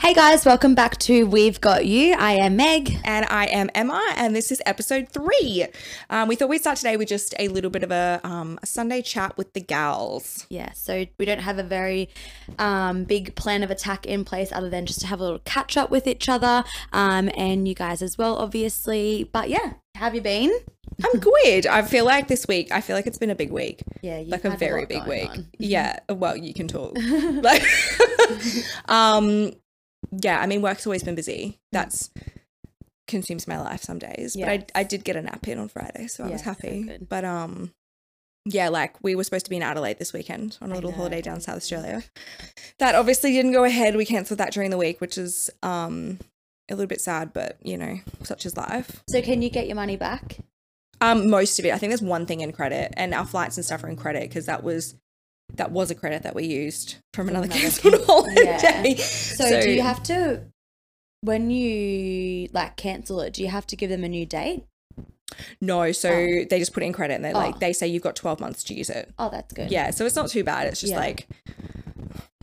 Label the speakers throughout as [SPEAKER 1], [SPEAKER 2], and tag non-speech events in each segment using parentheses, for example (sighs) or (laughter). [SPEAKER 1] Hey guys, welcome back to We've Got You. I am Meg.
[SPEAKER 2] And I am Emma, and this is episode three. Um, we thought we'd start today with just a little bit of a, um, a Sunday chat with the gals.
[SPEAKER 1] Yeah, so we don't have a very um, big plan of attack in place other than just to have a little catch up with each other um, and you guys as well, obviously. But yeah, how have you been?
[SPEAKER 2] I'm good. I feel like this week, I feel like it's been a big week.
[SPEAKER 1] Yeah, you've
[SPEAKER 2] like a
[SPEAKER 1] had a
[SPEAKER 2] very
[SPEAKER 1] lot
[SPEAKER 2] big
[SPEAKER 1] going
[SPEAKER 2] week.
[SPEAKER 1] on. (laughs)
[SPEAKER 2] Yeah. Well, you can talk. like, (laughs) um, yeah. I mean, work's always been busy. That's consumes my life some days.
[SPEAKER 1] Yes.
[SPEAKER 2] But I, I did get a nap in on Friday, so I
[SPEAKER 1] Yeah,
[SPEAKER 2] was
[SPEAKER 1] so
[SPEAKER 2] happy.
[SPEAKER 1] good.
[SPEAKER 2] but um, yeah, like we were supposed to be in Adelaide this weekend on a little
[SPEAKER 1] know.
[SPEAKER 2] holiday down South Australia. That obviously didn't go ahead. We cancelled that during the week, which is um a little bit sad, but you know, such is life.
[SPEAKER 1] So can you get your money back?
[SPEAKER 2] Um, most of it. I think there's one thing in credit, and our flights and stuff are in credit because that was that was a credit that we used from another (laughs)
[SPEAKER 1] another
[SPEAKER 2] cancelled holiday.
[SPEAKER 1] So, do you have to when you like cancel it, do you have to give them a new date?
[SPEAKER 2] no? So
[SPEAKER 1] Oh.
[SPEAKER 2] they just put it in credit, and they're
[SPEAKER 1] Oh.
[SPEAKER 2] like they say you've got 12 months to use it.
[SPEAKER 1] Oh, that's good.
[SPEAKER 2] Yeah, so it's not too bad. It's just
[SPEAKER 1] Yeah.
[SPEAKER 2] like,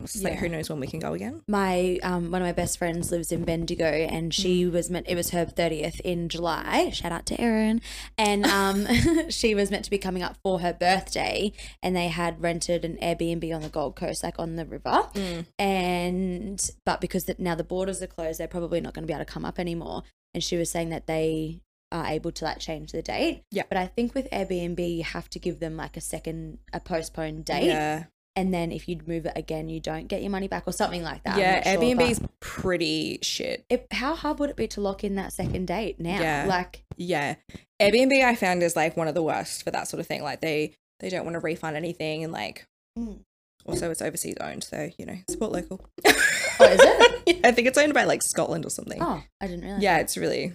[SPEAKER 2] it's just like
[SPEAKER 1] Yeah.
[SPEAKER 2] who knows when we can go again.
[SPEAKER 1] my um, one of my best friends lives in Bendigo, and she
[SPEAKER 2] Mm.
[SPEAKER 1] was meant it was her thirtieth in July. Shout out to Erin, and um, (laughs) she was meant to be coming up for her birthday, and they had rented an Airbnb on the Gold Coast, like on the river,
[SPEAKER 2] Mm.
[SPEAKER 1] and but because that now the borders are closed, they're probably not going to be able to come up anymore. And she was saying that they are able to like change the date.
[SPEAKER 2] Yeah.
[SPEAKER 1] But I think with Airbnb, you have to give them like a second, a postponed date
[SPEAKER 2] Yeah,
[SPEAKER 1] and then if you'd move it again, you don't get your money back or something like that. I'm
[SPEAKER 2] yeah.
[SPEAKER 1] not sure,
[SPEAKER 2] Airbnb's
[SPEAKER 1] but
[SPEAKER 2] pretty shit.
[SPEAKER 1] It, how hard would it be to lock in that second date now?
[SPEAKER 2] Yeah.
[SPEAKER 1] Like,
[SPEAKER 2] Yeah, Airbnb I found is like one of the worst for that sort of thing. Like they they don't want to refund anything, and like
[SPEAKER 1] Mm.
[SPEAKER 2] also it's overseas owned, so you know support local.
[SPEAKER 1] (laughs) oh, is it?
[SPEAKER 2] (laughs) Yeah, I think it's owned by like Scotland or something.
[SPEAKER 1] oh, I didn't realize.
[SPEAKER 2] Yeah, it's really,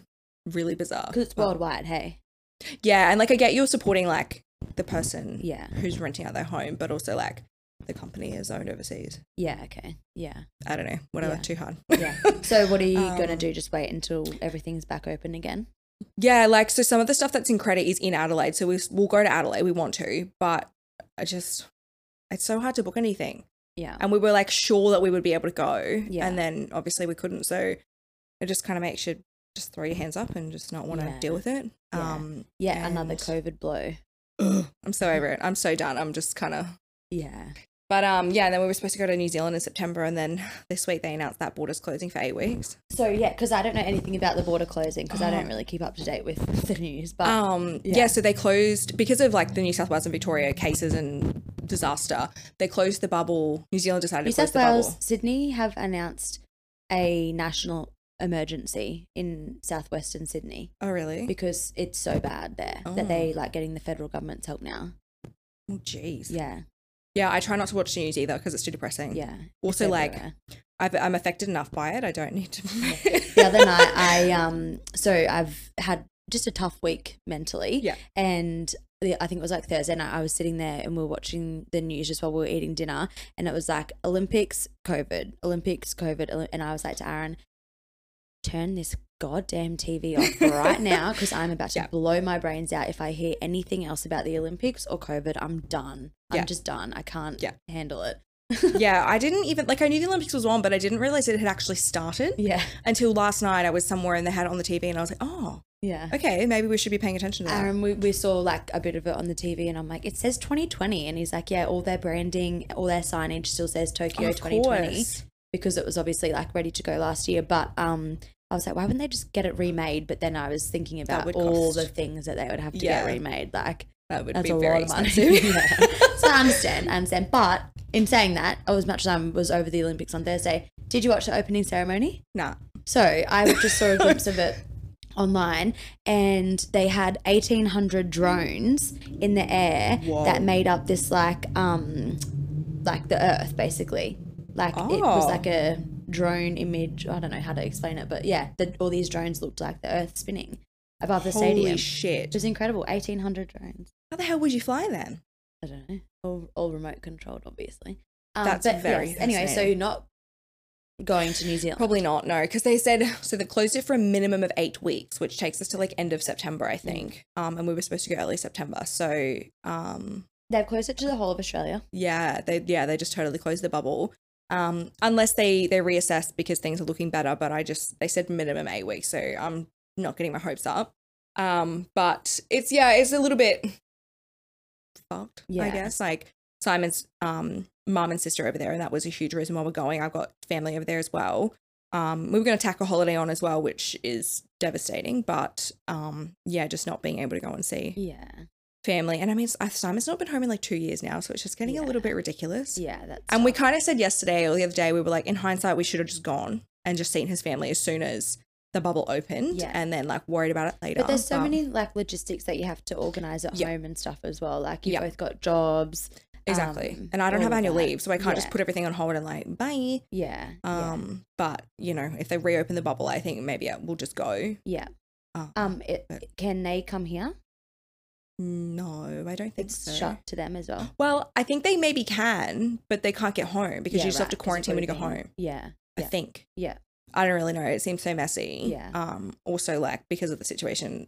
[SPEAKER 2] really bizarre.
[SPEAKER 1] because it's
[SPEAKER 2] But-
[SPEAKER 1] worldwide. Hey,
[SPEAKER 2] Yeah, and like I get you're supporting like the person
[SPEAKER 1] yeah,
[SPEAKER 2] who's renting out their home, but also like the company is owned overseas.
[SPEAKER 1] yeah, okay, yeah,
[SPEAKER 2] I don't know, whatever,
[SPEAKER 1] Yeah.
[SPEAKER 2] too hard. (laughs)
[SPEAKER 1] yeah. so, what are you gonna
[SPEAKER 2] Um,
[SPEAKER 1] do? Just wait until everything's back open again?
[SPEAKER 2] yeah, like so some of the stuff that's in credit is in Adelaide, so we, we'll go to Adelaide, we want to, but I just, it's so hard to book anything.
[SPEAKER 1] Yeah,
[SPEAKER 2] And we were like sure that we would be able to go,
[SPEAKER 1] Yeah.
[SPEAKER 2] and then obviously we couldn't, so it just kind of makes you just throw your hands up and just not want to
[SPEAKER 1] Yeah.
[SPEAKER 2] deal with it.
[SPEAKER 1] Yeah.
[SPEAKER 2] Um,
[SPEAKER 1] yeah. another
[SPEAKER 2] and-
[SPEAKER 1] COVID blow.
[SPEAKER 2] Ugh, I'm so over it. I'm so done. I'm just kind of.
[SPEAKER 1] Yeah,
[SPEAKER 2] But um, yeah. And then we were supposed to go to New Zealand in September, and then (sighs) this week they announced that border's closing for eight weeks.
[SPEAKER 1] so yeah, because I don't know anything about the border closing because I
[SPEAKER 2] Oh.
[SPEAKER 1] don't really keep up to date with (laughs) the news, but
[SPEAKER 2] Um, yeah.
[SPEAKER 1] yeah.
[SPEAKER 2] So they closed because of like the New South Wales and Victoria cases and disaster. They closed the bubble. New Zealand decided
[SPEAKER 1] New
[SPEAKER 2] to close
[SPEAKER 1] South
[SPEAKER 2] the
[SPEAKER 1] Wales,
[SPEAKER 2] bubble.
[SPEAKER 1] Sydney have announced a national emergency in southwestern Sydney
[SPEAKER 2] Oh really?
[SPEAKER 1] because it's so bad there that they like getting the federal government's help now.
[SPEAKER 2] Oh jeez. Yeah.
[SPEAKER 1] Yeah,
[SPEAKER 2] I try not to watch the news either because it's too depressing.
[SPEAKER 1] yeah. it's
[SPEAKER 2] Also, Mm. like,
[SPEAKER 1] everywhere.
[SPEAKER 2] I've, I'm affected enough by it. I don't need to. (laughs)
[SPEAKER 1] the other night, I um, so I've had just a tough week mentally.
[SPEAKER 2] Yeah.
[SPEAKER 1] and the, I think it was like Thursday night. I was sitting there and we were watching the news just while we were eating dinner, and it was like Olympics, COVID, Olympics, COVID, Oli- and I was like to Aaron, turn this goddamn TV off right now because I'm
[SPEAKER 2] (laughs)
[SPEAKER 1] about to
[SPEAKER 2] Yeah.
[SPEAKER 1] blow my brains out if I hear anything else about the Olympics or COVID. I'm done. I'm
[SPEAKER 2] Yeah.
[SPEAKER 1] just done. I can't
[SPEAKER 2] Yeah.
[SPEAKER 1] handle it.
[SPEAKER 2] yeah, I didn't even like. I knew the Olympics was on, but I didn't realize it had actually started
[SPEAKER 1] Yeah,
[SPEAKER 2] until last night. I was somewhere and they had it on the TV, and I was like, oh.
[SPEAKER 1] yeah.
[SPEAKER 2] okay, maybe we should be paying attention to that.
[SPEAKER 1] Aaron, we, we saw like a bit of it on the TV, and I'm like, it says 2020. And he's like, yeah, all their branding, all their signage still says Tokyo 2020 because it was obviously like ready to go last year. But um, I was like, why wouldn't they just get it remade? But then I was thinking about
[SPEAKER 2] would
[SPEAKER 1] all
[SPEAKER 2] cost-
[SPEAKER 1] the things that they would have to
[SPEAKER 2] Yeah.
[SPEAKER 1] get remade. Like,
[SPEAKER 2] That would
[SPEAKER 1] that's
[SPEAKER 2] be
[SPEAKER 1] a
[SPEAKER 2] very
[SPEAKER 1] lot of money. (laughs)
[SPEAKER 2] (laughs) expensive.
[SPEAKER 1] Yeah. so I understand, I understand. But in saying that, as much as I was over the Olympics on Thursday, did you watch the opening ceremony?
[SPEAKER 2] nah.
[SPEAKER 1] So I just saw a glimpse of
[SPEAKER 2] (laughs)
[SPEAKER 1] it online, and they had eighteen hundred drones in the air
[SPEAKER 2] Whoa.
[SPEAKER 1] that made up this like um like the Earth basically. Like it was
[SPEAKER 2] Oh.
[SPEAKER 1] like a drone image. I don't know how to explain it, but yeah, the, all these drones looked like the Earth spinning above the
[SPEAKER 2] Holy
[SPEAKER 1] stadium. it
[SPEAKER 2] shit.
[SPEAKER 1] was incredible. Eighteen hundred drones.
[SPEAKER 2] How the hell would you fly then?
[SPEAKER 1] I don't know. All, all remote controlled, obviously. Um,
[SPEAKER 2] That's very
[SPEAKER 1] anyway. So
[SPEAKER 2] fascinating.
[SPEAKER 1] you're not going to New Zealand.
[SPEAKER 2] Probably not, no, because they said (laughs) so they closed it for a minimum of eight weeks, which takes us to like end of September, I think. Um, and we were supposed to go early September, so um,
[SPEAKER 1] They've closed it to the whole of Australia.
[SPEAKER 2] yeah, they yeah they just totally closed the bubble. um, unless they they reassess because things are looking better. But I just they said minimum eight weeks, so I'm not getting my hopes up. Um, but it's yeah, it's a little bit fucked, I
[SPEAKER 1] Yeah.
[SPEAKER 2] guess. Like Simon's um mum and sister over there, and that was a huge reason why we're going. I've got family over there as well. Um, we were going to tack a holiday on as well, which is devastating. But um, yeah, just not being able to go and see
[SPEAKER 1] Yeah.
[SPEAKER 2] family. And I mean, I- Simon's not been home in like two years now, so it's just getting a
[SPEAKER 1] Yeah.
[SPEAKER 2] little bit ridiculous.
[SPEAKER 1] Yeah. That's
[SPEAKER 2] And we kind of said yesterday or the other day, we were like, in hindsight, we should have just gone and just seen his family as soon as the bubble opened
[SPEAKER 1] Yeah.
[SPEAKER 2] and then like worried about it later.
[SPEAKER 1] But there's so many like logistics that you have to organize at
[SPEAKER 2] Yeah.
[SPEAKER 1] home and stuff as well. Like you've
[SPEAKER 2] Yeah.
[SPEAKER 1] both got jobs.
[SPEAKER 2] Exactly.
[SPEAKER 1] um,
[SPEAKER 2] and I don't
[SPEAKER 1] all
[SPEAKER 2] have
[SPEAKER 1] of
[SPEAKER 2] annual
[SPEAKER 1] that.
[SPEAKER 2] leave, so I can't just
[SPEAKER 1] Yeah.
[SPEAKER 2] put everything on hold and like, bye.
[SPEAKER 1] Yeah. yeah.
[SPEAKER 2] Um, But, you know, if they reopen the bubble, I think maybe yeah, we'll just go.
[SPEAKER 1] Yeah.
[SPEAKER 2] Um,
[SPEAKER 1] Um, it,
[SPEAKER 2] but-
[SPEAKER 1] can they come here?
[SPEAKER 2] No, I don't think
[SPEAKER 1] Um, It's
[SPEAKER 2] so.
[SPEAKER 1] shut to them as well.
[SPEAKER 2] Well, I think they maybe can, but they can't get home because
[SPEAKER 1] Yeah,
[SPEAKER 2] you just
[SPEAKER 1] right,
[SPEAKER 2] have to
[SPEAKER 1] 'cause it's
[SPEAKER 2] quarantine when you go
[SPEAKER 1] already
[SPEAKER 2] home.
[SPEAKER 1] been- Yeah.
[SPEAKER 2] I
[SPEAKER 1] Yeah.
[SPEAKER 2] think.
[SPEAKER 1] Yeah.
[SPEAKER 2] I don't really know. It seems so messy.
[SPEAKER 1] Yeah.
[SPEAKER 2] Um, also like because of the situation,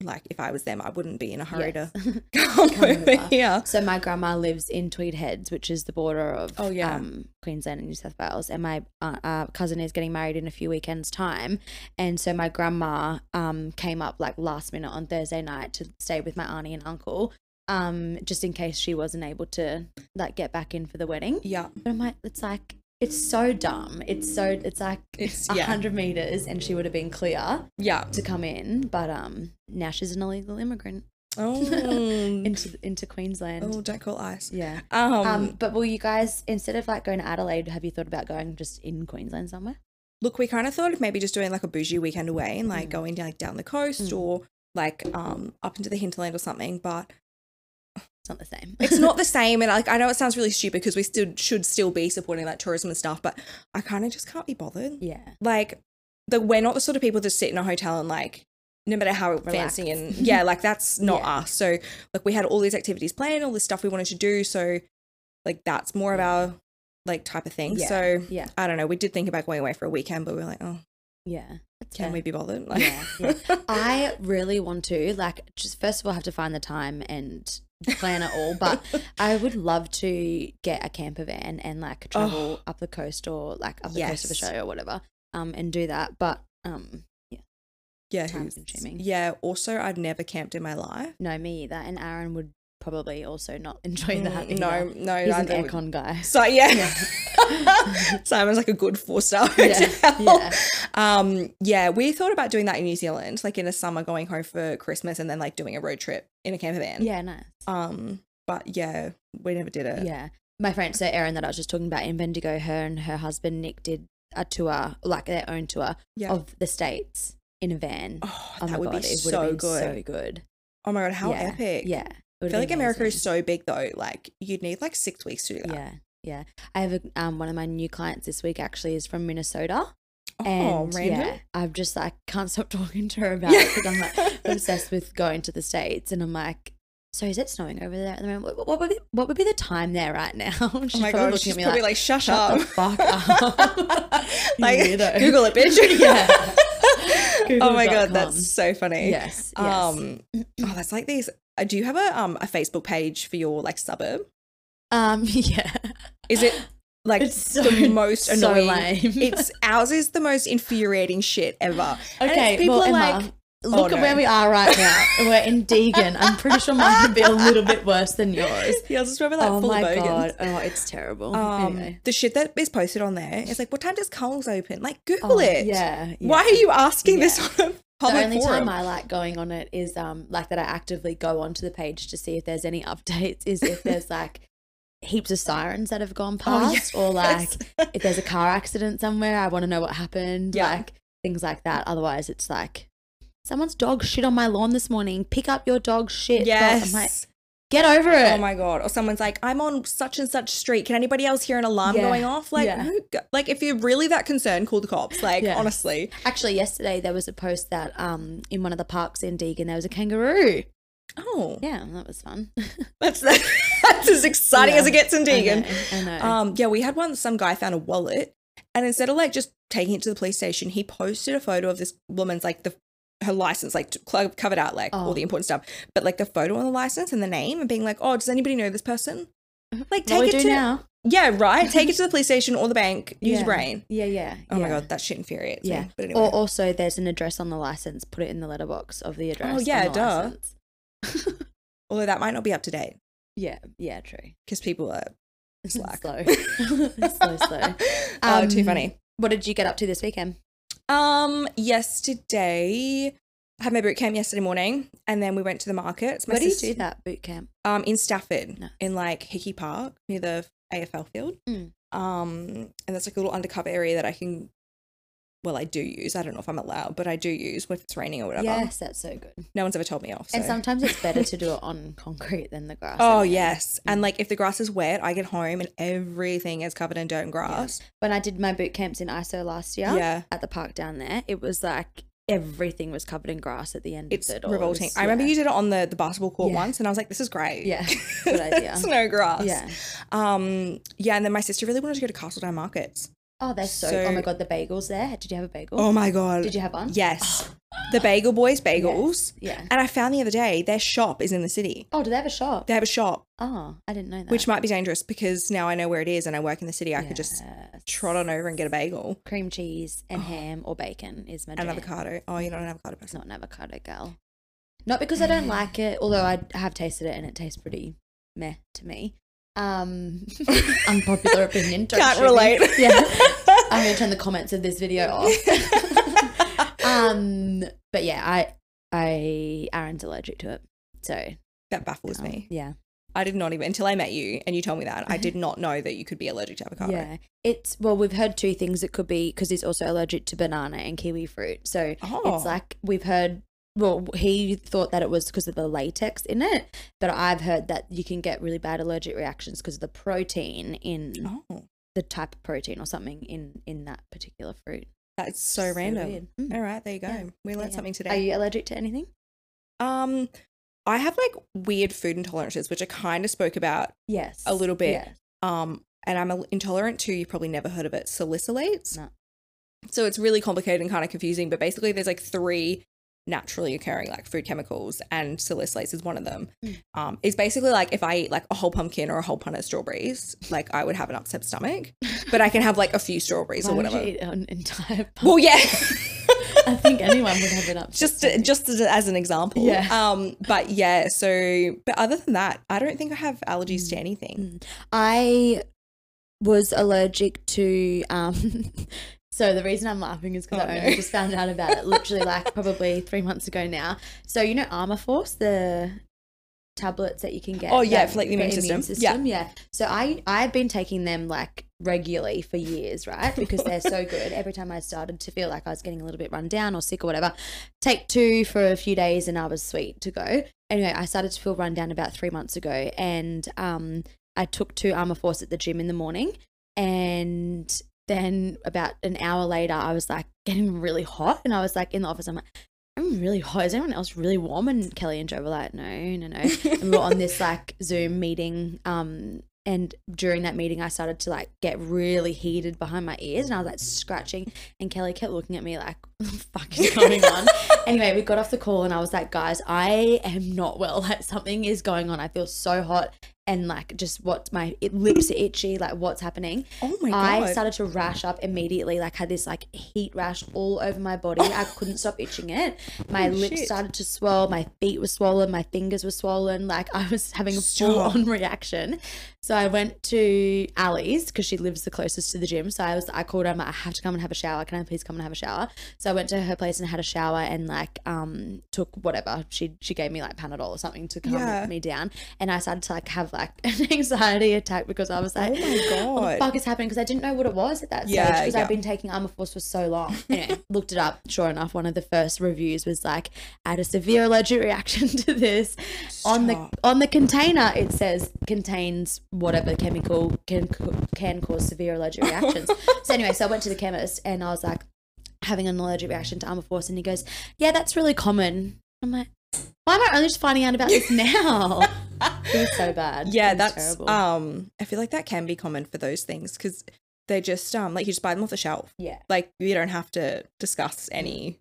[SPEAKER 2] like if I was them, I wouldn't be in a hurry to (laughs)
[SPEAKER 1] Yes.
[SPEAKER 2] come
[SPEAKER 1] Come
[SPEAKER 2] over
[SPEAKER 1] over.
[SPEAKER 2] here.
[SPEAKER 1] so my grandma lives in Tweed Heads, which is the border of
[SPEAKER 2] Oh, yeah.
[SPEAKER 1] um, Queensland and New South Wales, and my uh, uh, cousin is getting married in a few weekends' time, and so my grandma um, came up like last minute on Thursday night to stay with my auntie and uncle, um, just in case she wasn't able to like get back in for the wedding.
[SPEAKER 2] Yeah.
[SPEAKER 1] But I'm like, it's like it's so dumb. It's so it's like
[SPEAKER 2] It's
[SPEAKER 1] a
[SPEAKER 2] yeah.
[SPEAKER 1] hundred meters, and she would have been clear (laughs)
[SPEAKER 2] Yeah.
[SPEAKER 1] to come in, but um, now she's an illegal immigrant
[SPEAKER 2] Oh,
[SPEAKER 1] into into Queensland.
[SPEAKER 2] oh don't call ice.
[SPEAKER 1] Yeah.
[SPEAKER 2] Um,
[SPEAKER 1] Um, but will you guys instead of like going to Adelaide, have you thought about going just in Queensland somewhere?
[SPEAKER 2] look, we kind of thought of maybe just doing like a bougie weekend away and like
[SPEAKER 1] Mm.
[SPEAKER 2] going down, like down the coast
[SPEAKER 1] Mm.
[SPEAKER 2] or like um up into the hinterland or something, but
[SPEAKER 1] It's not the same.
[SPEAKER 2] it's not the same and like I know it sounds really stupid because we still should still be supporting like tourism and stuff, but I kind of just can't be bothered.
[SPEAKER 1] (laughs) yeah.
[SPEAKER 2] like the we're not the sort of people that sit in a hotel and like no matter how fancy and
[SPEAKER 1] Relax.
[SPEAKER 2] yeah like
[SPEAKER 1] (laughs)
[SPEAKER 2] that's not
[SPEAKER 1] Yeah.
[SPEAKER 2] us so like we had all these activities planned all this stuff we wanted to do so like that's more of our like type of thing
[SPEAKER 1] Yeah.
[SPEAKER 2] so
[SPEAKER 1] Yeah.
[SPEAKER 2] i don't know we did think about going away for a weekend but we were like oh
[SPEAKER 1] Yeah. That's
[SPEAKER 2] can
[SPEAKER 1] fair.
[SPEAKER 2] we be bothered like
[SPEAKER 1] Yeah, yeah. (laughs) I really want to like just first of all have to find the time and plan it all, but (laughs) I would love to get a camper van and like travel up the coast or like up the coast of
[SPEAKER 2] Yes.
[SPEAKER 1] Australia or whatever, um, and do that. But um,
[SPEAKER 2] (laughs) yeah
[SPEAKER 1] Time
[SPEAKER 2] who's-
[SPEAKER 1] consuming.
[SPEAKER 2] yeah also i've never camped in my life
[SPEAKER 1] no, me either, and Aaron would probably also not (laughs) enjoy that.
[SPEAKER 2] Mm, no
[SPEAKER 1] either.
[SPEAKER 2] no
[SPEAKER 1] he's an
[SPEAKER 2] I would-
[SPEAKER 1] aircon guy. (laughs)
[SPEAKER 2] so yeah,
[SPEAKER 1] Yeah.
[SPEAKER 2] (laughs) simon's like a good four star
[SPEAKER 1] Yeah,
[SPEAKER 2] hotel
[SPEAKER 1] yeah.
[SPEAKER 2] Um, yeah, we thought about doing that in New Zealand, like in the summer, going home for Christmas and then like doing a road trip in a camper van.
[SPEAKER 1] Yeah, nice.
[SPEAKER 2] Um, but yeah, we never did it.
[SPEAKER 1] Yeah. My friend, so Erin, that I was just talking about in Bendigo, her and her husband Nick did a tour, like their own tour
[SPEAKER 2] Yeah.
[SPEAKER 1] of the states in a van.
[SPEAKER 2] Oh,
[SPEAKER 1] Oh
[SPEAKER 2] that
[SPEAKER 1] my
[SPEAKER 2] would
[SPEAKER 1] god,
[SPEAKER 2] be
[SPEAKER 1] it would
[SPEAKER 2] so
[SPEAKER 1] have been
[SPEAKER 2] good.
[SPEAKER 1] so good.
[SPEAKER 2] oh my god, how
[SPEAKER 1] yeah.
[SPEAKER 2] epic.
[SPEAKER 1] Yeah.
[SPEAKER 2] I feel like America is so big though. Like you'd need like six weeks to do that.
[SPEAKER 1] Yeah. Yeah. I have a, um, one of my new clients this week actually is from Minnesota.
[SPEAKER 2] Oh,
[SPEAKER 1] and
[SPEAKER 2] random. (laughs)
[SPEAKER 1] yeah, I've just like can't stop (laughs) talking to her about
[SPEAKER 2] Yeah.
[SPEAKER 1] it because I'm
[SPEAKER 2] (laughs)
[SPEAKER 1] like obsessed with going to the states, and I'm like, so is it snowing over there at the moment? What, what would be, what would be the time there right now? (laughs) She's
[SPEAKER 2] Oh
[SPEAKER 1] probably
[SPEAKER 2] my
[SPEAKER 1] looking
[SPEAKER 2] god,
[SPEAKER 1] at
[SPEAKER 2] she's
[SPEAKER 1] me
[SPEAKER 2] probably like, shut,
[SPEAKER 1] Shut
[SPEAKER 2] up.
[SPEAKER 1] the fuck
[SPEAKER 2] (laughs)
[SPEAKER 1] up. You
[SPEAKER 2] like
[SPEAKER 1] weirdo.
[SPEAKER 2] Google it,
[SPEAKER 1] (laughs)
[SPEAKER 2] bitch.
[SPEAKER 1] Yeah.
[SPEAKER 2] (laughs) oh my
[SPEAKER 1] Google.com.
[SPEAKER 2] god, that's so funny.
[SPEAKER 1] yes. Yes. Um,
[SPEAKER 2] Um, (clears throat) oh, that's like these. uh, Do you have a um a Facebook page for your like suburb?
[SPEAKER 1] Um, (laughs) yeah.
[SPEAKER 2] Is it like
[SPEAKER 1] It's so-
[SPEAKER 2] the most
[SPEAKER 1] so
[SPEAKER 2] annoying?
[SPEAKER 1] lame.
[SPEAKER 2] (laughs) it's ours is the most infuriating shit ever. And it's-
[SPEAKER 1] Okay,
[SPEAKER 2] people
[SPEAKER 1] well,
[SPEAKER 2] are
[SPEAKER 1] Emma,
[SPEAKER 2] like,
[SPEAKER 1] look at
[SPEAKER 2] oh, no.
[SPEAKER 1] where we are right
[SPEAKER 2] (laughs)
[SPEAKER 1] now. We're in Deegan. I'm pretty sure mine would be a little bit worse than yours.
[SPEAKER 2] yeah, I was just remember that
[SPEAKER 1] Oh
[SPEAKER 2] full
[SPEAKER 1] my
[SPEAKER 2] of bogans.
[SPEAKER 1] god. Oh, it's terrible.
[SPEAKER 2] Um,
[SPEAKER 1] (laughs) anyway.
[SPEAKER 2] the shit that is posted on there is like, what time does Coles open? Like, Google
[SPEAKER 1] Oh,
[SPEAKER 2] it.
[SPEAKER 1] Yeah, yeah.
[SPEAKER 2] Why are you asking this on a
[SPEAKER 1] The
[SPEAKER 2] public
[SPEAKER 1] only
[SPEAKER 2] forum?
[SPEAKER 1] time I like going on it is um like that I actively go onto the page to see if there's any (laughs) updates is if there's like heaps of sirens that have gone
[SPEAKER 2] Oh,
[SPEAKER 1] past or like
[SPEAKER 2] yes.
[SPEAKER 1] if there's a
[SPEAKER 2] (laughs)
[SPEAKER 1] car accident somewhere, I want to know what happened,
[SPEAKER 2] Yeah.
[SPEAKER 1] like things like that. Otherwise, it's like someone's dog shit on my lawn this morning. Pick up your dog shit. dog."
[SPEAKER 2] yes.
[SPEAKER 1] I'm like, get over it.
[SPEAKER 2] Oh my god! Or someone's like, "I'm on such and such street. Can anybody else hear an alarm
[SPEAKER 1] Yeah.
[SPEAKER 2] going off?" Like,
[SPEAKER 1] Yeah.
[SPEAKER 2] who go- like if you're really that concerned, call the cops. Like,
[SPEAKER 1] Yeah.
[SPEAKER 2] honestly,
[SPEAKER 1] Actually, yesterday there was a post that um in one of the parks in Deegan there was a kangaroo.
[SPEAKER 2] oh,
[SPEAKER 1] Yeah, that was fun.
[SPEAKER 2] that's (laughs) that's as exciting
[SPEAKER 1] Yeah.
[SPEAKER 2] as it gets in Deegan.
[SPEAKER 1] I know. I know.
[SPEAKER 2] Um, yeah, we had one. Some guy found a wallet, and instead of like just taking it to the police station, he posted a photo of this woman's like the her license, like t- cl- covered out, like all
[SPEAKER 1] Oh.
[SPEAKER 2] the important stuff, but like the photo on the license and the name, and being like, "Oh, does anybody know this person?"
[SPEAKER 1] Like
[SPEAKER 2] What
[SPEAKER 1] take
[SPEAKER 2] we
[SPEAKER 1] it
[SPEAKER 2] do
[SPEAKER 1] to
[SPEAKER 2] now?
[SPEAKER 1] Mm-hmm. now.
[SPEAKER 2] Yeah,
[SPEAKER 1] (laughs)
[SPEAKER 2] right. Take it to the police station or the bank. Use
[SPEAKER 1] Yeah.
[SPEAKER 2] your brain.
[SPEAKER 1] Yeah, yeah.
[SPEAKER 2] Oh my
[SPEAKER 1] yeah.
[SPEAKER 2] god, that shit infuriates
[SPEAKER 1] Yeah.
[SPEAKER 2] me. But anyway.
[SPEAKER 1] Or also, there's an address on the license. Put it in the letterbox of the address. on
[SPEAKER 2] Oh, yeah,
[SPEAKER 1] the
[SPEAKER 2] duh.
[SPEAKER 1] license.
[SPEAKER 2] Although that might not be up to date
[SPEAKER 1] Yeah, yeah, true.
[SPEAKER 2] because people are
[SPEAKER 1] (laughs)
[SPEAKER 2] slack. (laughs)
[SPEAKER 1] Slow, slow, slow.
[SPEAKER 2] oh, too
[SPEAKER 1] Um,
[SPEAKER 2] funny.
[SPEAKER 1] What did you get up to this weekend?
[SPEAKER 2] Um, yesterday I had my boot camp yesterday morning, and then we went to the markets. My
[SPEAKER 1] Where do you
[SPEAKER 2] sister-
[SPEAKER 1] do that boot camp?
[SPEAKER 2] Um, in Stafford,
[SPEAKER 1] Nice.
[SPEAKER 2] in like Hickey Park near the AFL field.
[SPEAKER 1] Mm.
[SPEAKER 2] Um, and that's like a little undercover area that I can. Well, I do use. I don't know if I'm allowed, but I do use when it's raining or whatever.
[SPEAKER 1] Yes, that's so good.
[SPEAKER 2] No one's ever told me off.
[SPEAKER 1] And
[SPEAKER 2] so-
[SPEAKER 1] sometimes it's better to
[SPEAKER 2] (laughs)
[SPEAKER 1] do it on concrete than the grass. Hmm.
[SPEAKER 2] Oh
[SPEAKER 1] isn't it?
[SPEAKER 2] yes, and like if the grass is wet, I get home and everything is covered in dirt and grass.
[SPEAKER 1] When I did my boot camps in ISO last year
[SPEAKER 2] Yeah.
[SPEAKER 1] at the park down there, it was like everything was covered in grass at the end
[SPEAKER 2] It's
[SPEAKER 1] of it. all. It
[SPEAKER 2] revolting.
[SPEAKER 1] was-
[SPEAKER 2] I remember
[SPEAKER 1] yeah.
[SPEAKER 2] you did it on the the basketball court
[SPEAKER 1] Yeah.
[SPEAKER 2] once, and I was like, "This is great." (laughs)
[SPEAKER 1] Yeah, good idea.
[SPEAKER 2] it's no grass.
[SPEAKER 1] yeah.
[SPEAKER 2] Um. Yeah, and then my sister really wanted to go to Castledine Markets.
[SPEAKER 1] Oh, they're so,
[SPEAKER 2] So-
[SPEAKER 1] Oh my god, the bagels there. Did you have a bagel?
[SPEAKER 2] Oh my god.
[SPEAKER 1] Did you have one?
[SPEAKER 2] Yes. the Bagel Boys bagels.
[SPEAKER 1] Yeah.
[SPEAKER 2] And I found the other day their shop is in the city.
[SPEAKER 1] Oh, do they have a shop?
[SPEAKER 2] They have a shop,
[SPEAKER 1] Oh, I didn't know that.
[SPEAKER 2] which might be dangerous because now I know where it is and I work in the city. I could just
[SPEAKER 1] Yes.
[SPEAKER 2] trot on over and get a bagel,
[SPEAKER 1] cream cheese and ham or bacon is my
[SPEAKER 2] and an
[SPEAKER 1] jam.
[SPEAKER 2] avocado. Oh, you're not an avocado
[SPEAKER 1] It's (laughs)
[SPEAKER 2] person.
[SPEAKER 1] not an avocado girl. Not because I don't like it, although I have tasted it and it tastes pretty meh to me. Um, (laughs) unpopular
[SPEAKER 2] (laughs)
[SPEAKER 1] opinion. Don't
[SPEAKER 2] Can't
[SPEAKER 1] shoot me.
[SPEAKER 2] relate.
[SPEAKER 1] (laughs)
[SPEAKER 2] (laughs)
[SPEAKER 1] Yeah, I'm gonna turn the comments of this video off. um, but yeah, I, I, Aaron's allergic to it, so um,
[SPEAKER 2] that baffles me.
[SPEAKER 1] yeah,
[SPEAKER 2] I did not even until I met you and you told me that.
[SPEAKER 1] (laughs)
[SPEAKER 2] I did not know that you could be allergic to avocado.
[SPEAKER 1] yeah. It's well, we've heard two things. It could be because he's also allergic to banana and kiwi fruit, so
[SPEAKER 2] Oh.
[SPEAKER 1] It's like we've heard. Well, he thought that it was because of the latex in it, but I've heard that you can get really bad allergic reactions because of the protein in
[SPEAKER 2] oh,
[SPEAKER 1] the type of protein or something in in that particular fruit.
[SPEAKER 2] that's so,
[SPEAKER 1] It's
[SPEAKER 2] random.
[SPEAKER 1] weird. Mm.
[SPEAKER 2] All right, there you go.
[SPEAKER 1] Yeah.
[SPEAKER 2] We learned
[SPEAKER 1] Yeah.
[SPEAKER 2] something
[SPEAKER 1] Are
[SPEAKER 2] today.
[SPEAKER 1] you allergic to anything?
[SPEAKER 2] um, I have like weird food intolerances, which I kind of spoke about.
[SPEAKER 1] Yes,
[SPEAKER 2] A little bit.
[SPEAKER 1] Yes.
[SPEAKER 2] Um, and I'm al- intolerant to you probably never heard of it salicylates.
[SPEAKER 1] No.
[SPEAKER 2] So it's really complicated and kind of confusing. But basically, there's like three naturally occurring like food chemicals, and salicylates is one of them.
[SPEAKER 1] Mm.
[SPEAKER 2] Um, it's basically like if I eat like a whole pumpkin or a whole pun of strawberries, like I would have an upset
[SPEAKER 1] (laughs)
[SPEAKER 2] stomach, but I can have like a few strawberries
[SPEAKER 1] Why
[SPEAKER 2] or
[SPEAKER 1] would
[SPEAKER 2] whatever.
[SPEAKER 1] you eat an entire? Pump?
[SPEAKER 2] Well, (laughs) yeah.
[SPEAKER 1] (laughs) I think anyone would have it
[SPEAKER 2] (laughs)
[SPEAKER 1] up.
[SPEAKER 2] just just as, as an example.
[SPEAKER 1] Yeah.
[SPEAKER 2] Um. But yeah. So, but other than that, I don't think I have allergies
[SPEAKER 1] Hmm.
[SPEAKER 2] to anything.
[SPEAKER 1] I was allergic to. Um, (laughs) so the reason I'm laughing is because
[SPEAKER 2] Oh,
[SPEAKER 1] I
[SPEAKER 2] no.
[SPEAKER 1] only just found out about it literally like
[SPEAKER 2] (laughs)
[SPEAKER 1] probably three months ago now. So you know Armour Force, the tablets that you can get.
[SPEAKER 2] Oh, yeah,
[SPEAKER 1] that-
[SPEAKER 2] for, like, the immune system. Yeah.
[SPEAKER 1] Yeah. So I I've been taking them like regularly for years,
[SPEAKER 2] (laughs)
[SPEAKER 1] right? Because they're so good. Every time I started to feel like I was getting a little bit run down or sick or whatever, take two for a few days and I was sweet to go. Anyway, I started to feel run down about three months ago and um I took two Armour Force at the gym in the morning and then about an hour later I was like getting really hot and I was like in the office I'm like I'm really hot. Is anyone else really warm? And Kelly and Joe were like, no, no, no. Hmm. And we were on this like Zoom meeting. Um, and during that meeting, I started to like get really heated behind my ears, and I was like scratching. And Kelly kept looking at me like, (laughs) "What the fuck is going on?" anyway, we got off the call, and I was like, "Guys, I am not well. Like something is going on. I feel so hot, and like just what my it, lips are itchy. Like what's happening?"
[SPEAKER 2] (laughs) Oh my god.
[SPEAKER 1] I started to rash up immediately, like had this like heat rash all over my body. I couldn't stop itching it. My
[SPEAKER 2] Oh. Holy
[SPEAKER 1] lips
[SPEAKER 2] shit.
[SPEAKER 1] started to swell, my feet were swollen, my fingers were swollen. Like I was having a full
[SPEAKER 2] Stop.
[SPEAKER 1] on reaction. So I went to Ali's because she lives the closest to the gym. So I was I called her, I'm like, I have to come and have a shower. Can I please come and have a shower? So I went to her place and had a shower and like um took whatever. She she gave me like Panadol or something to calm
[SPEAKER 2] Yeah.
[SPEAKER 1] me down. And I started to like have like (laughs) an anxiety attack because I was like,
[SPEAKER 2] Oh my
[SPEAKER 1] what the
[SPEAKER 2] God.
[SPEAKER 1] fuck is happening? Because I didn't know what it was at that stage
[SPEAKER 2] Yeah,
[SPEAKER 1] because
[SPEAKER 2] yeah.
[SPEAKER 1] I've been taking Armour Force for so long. (laughs) Anyway, looked it up. Sure enough, one of the first reviews was like, "I had a severe allergic reaction (laughs) to this." On the
[SPEAKER 2] Stop.
[SPEAKER 1] on the container, it says contains whatever chemical can can cause severe allergic
[SPEAKER 2] (laughs)
[SPEAKER 1] reactions. so anyway, so I went to the chemist and I was like having an allergic reaction to Armour Force, and he goes, "Yeah, that's really common." I'm like. Why am I only just finding out about
[SPEAKER 2] (laughs)
[SPEAKER 1] this now? it was so bad. It
[SPEAKER 2] Yeah,
[SPEAKER 1] was
[SPEAKER 2] that's
[SPEAKER 1] terrible.
[SPEAKER 2] um I feel like that can be common for those things because they just um like you just buy them off the shelf.
[SPEAKER 1] yeah.
[SPEAKER 2] Like you don't have to discuss any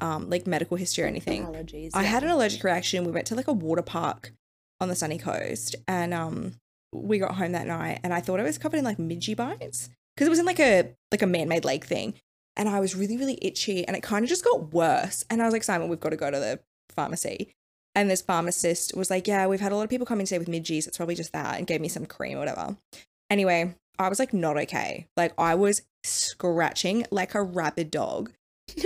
[SPEAKER 2] um like medical history or anything.
[SPEAKER 1] Allergies.
[SPEAKER 2] I
[SPEAKER 1] yeah.
[SPEAKER 2] had an allergic reaction. We went to like a water park on the sunny coast and um we got home that night and I thought I was covered in like midgey bites because it was in like a like a man-made lake thing. And I was really, really itchy and it kind of just got worse. And I was like, Simon, we've got to go to the pharmacy. And this pharmacist was like, Yeah, we've had a lot of people come in today with midgies. It's probably just that. And gave me some cream or whatever. Anyway, I was like, Not okay. Like, I was scratching like a rabid dog.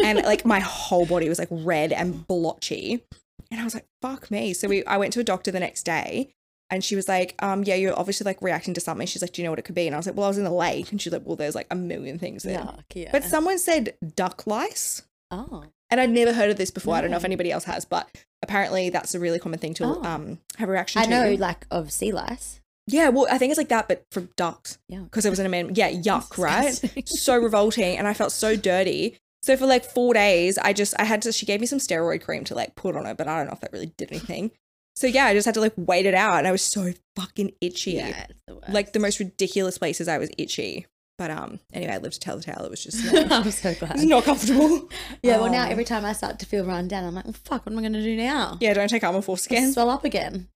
[SPEAKER 2] And
[SPEAKER 1] (laughs)
[SPEAKER 2] like, my whole body was like red and blotchy. And I was like, Fuck me. So we, I went to a doctor the next day. And she was like, um, yeah, you're obviously like reacting to something. She's like, do you know what it could be? And I was like, well, I was in the lake. And she's like, well, there's like a million things there.
[SPEAKER 1] Yuck, yeah.
[SPEAKER 2] But someone said duck lice.
[SPEAKER 1] oh,
[SPEAKER 2] And I'd never heard of this before. I don't know if
[SPEAKER 1] No.
[SPEAKER 2] anybody else has, but apparently that's a really common thing to
[SPEAKER 1] Oh.
[SPEAKER 2] um, have a reaction
[SPEAKER 1] I
[SPEAKER 2] to.
[SPEAKER 1] know, like of sea lice.
[SPEAKER 2] Yeah, well, I think it's like that, but for ducks.
[SPEAKER 1] Yuck.
[SPEAKER 2] Because it was an amendment.
[SPEAKER 1] (laughs)
[SPEAKER 2] Yeah, yuck, right?
[SPEAKER 1] Disgusting.
[SPEAKER 2] (laughs) so revolting. And I felt so dirty. So for like four days, I just, I had to, she gave me some steroid cream to like put on her, but I don't know if that really did anything. So yeah, I just had to like wait it out. And I was so fucking itchy.
[SPEAKER 1] Yeah, it's the worst.
[SPEAKER 2] Like the most ridiculous places I was itchy. But um, anyway, I lived to tell the tale. It was just
[SPEAKER 1] (laughs) (laughs)
[SPEAKER 2] not,
[SPEAKER 1] I'm so glad.
[SPEAKER 2] it was not comfortable.
[SPEAKER 1] (laughs) yeah, well, now
[SPEAKER 2] Um,
[SPEAKER 1] every time I start to feel run down, I'm like, well, fuck, what am I going to do now?
[SPEAKER 2] Yeah, don't take armor four
[SPEAKER 1] I'll
[SPEAKER 2] scans.
[SPEAKER 1] Swell up again.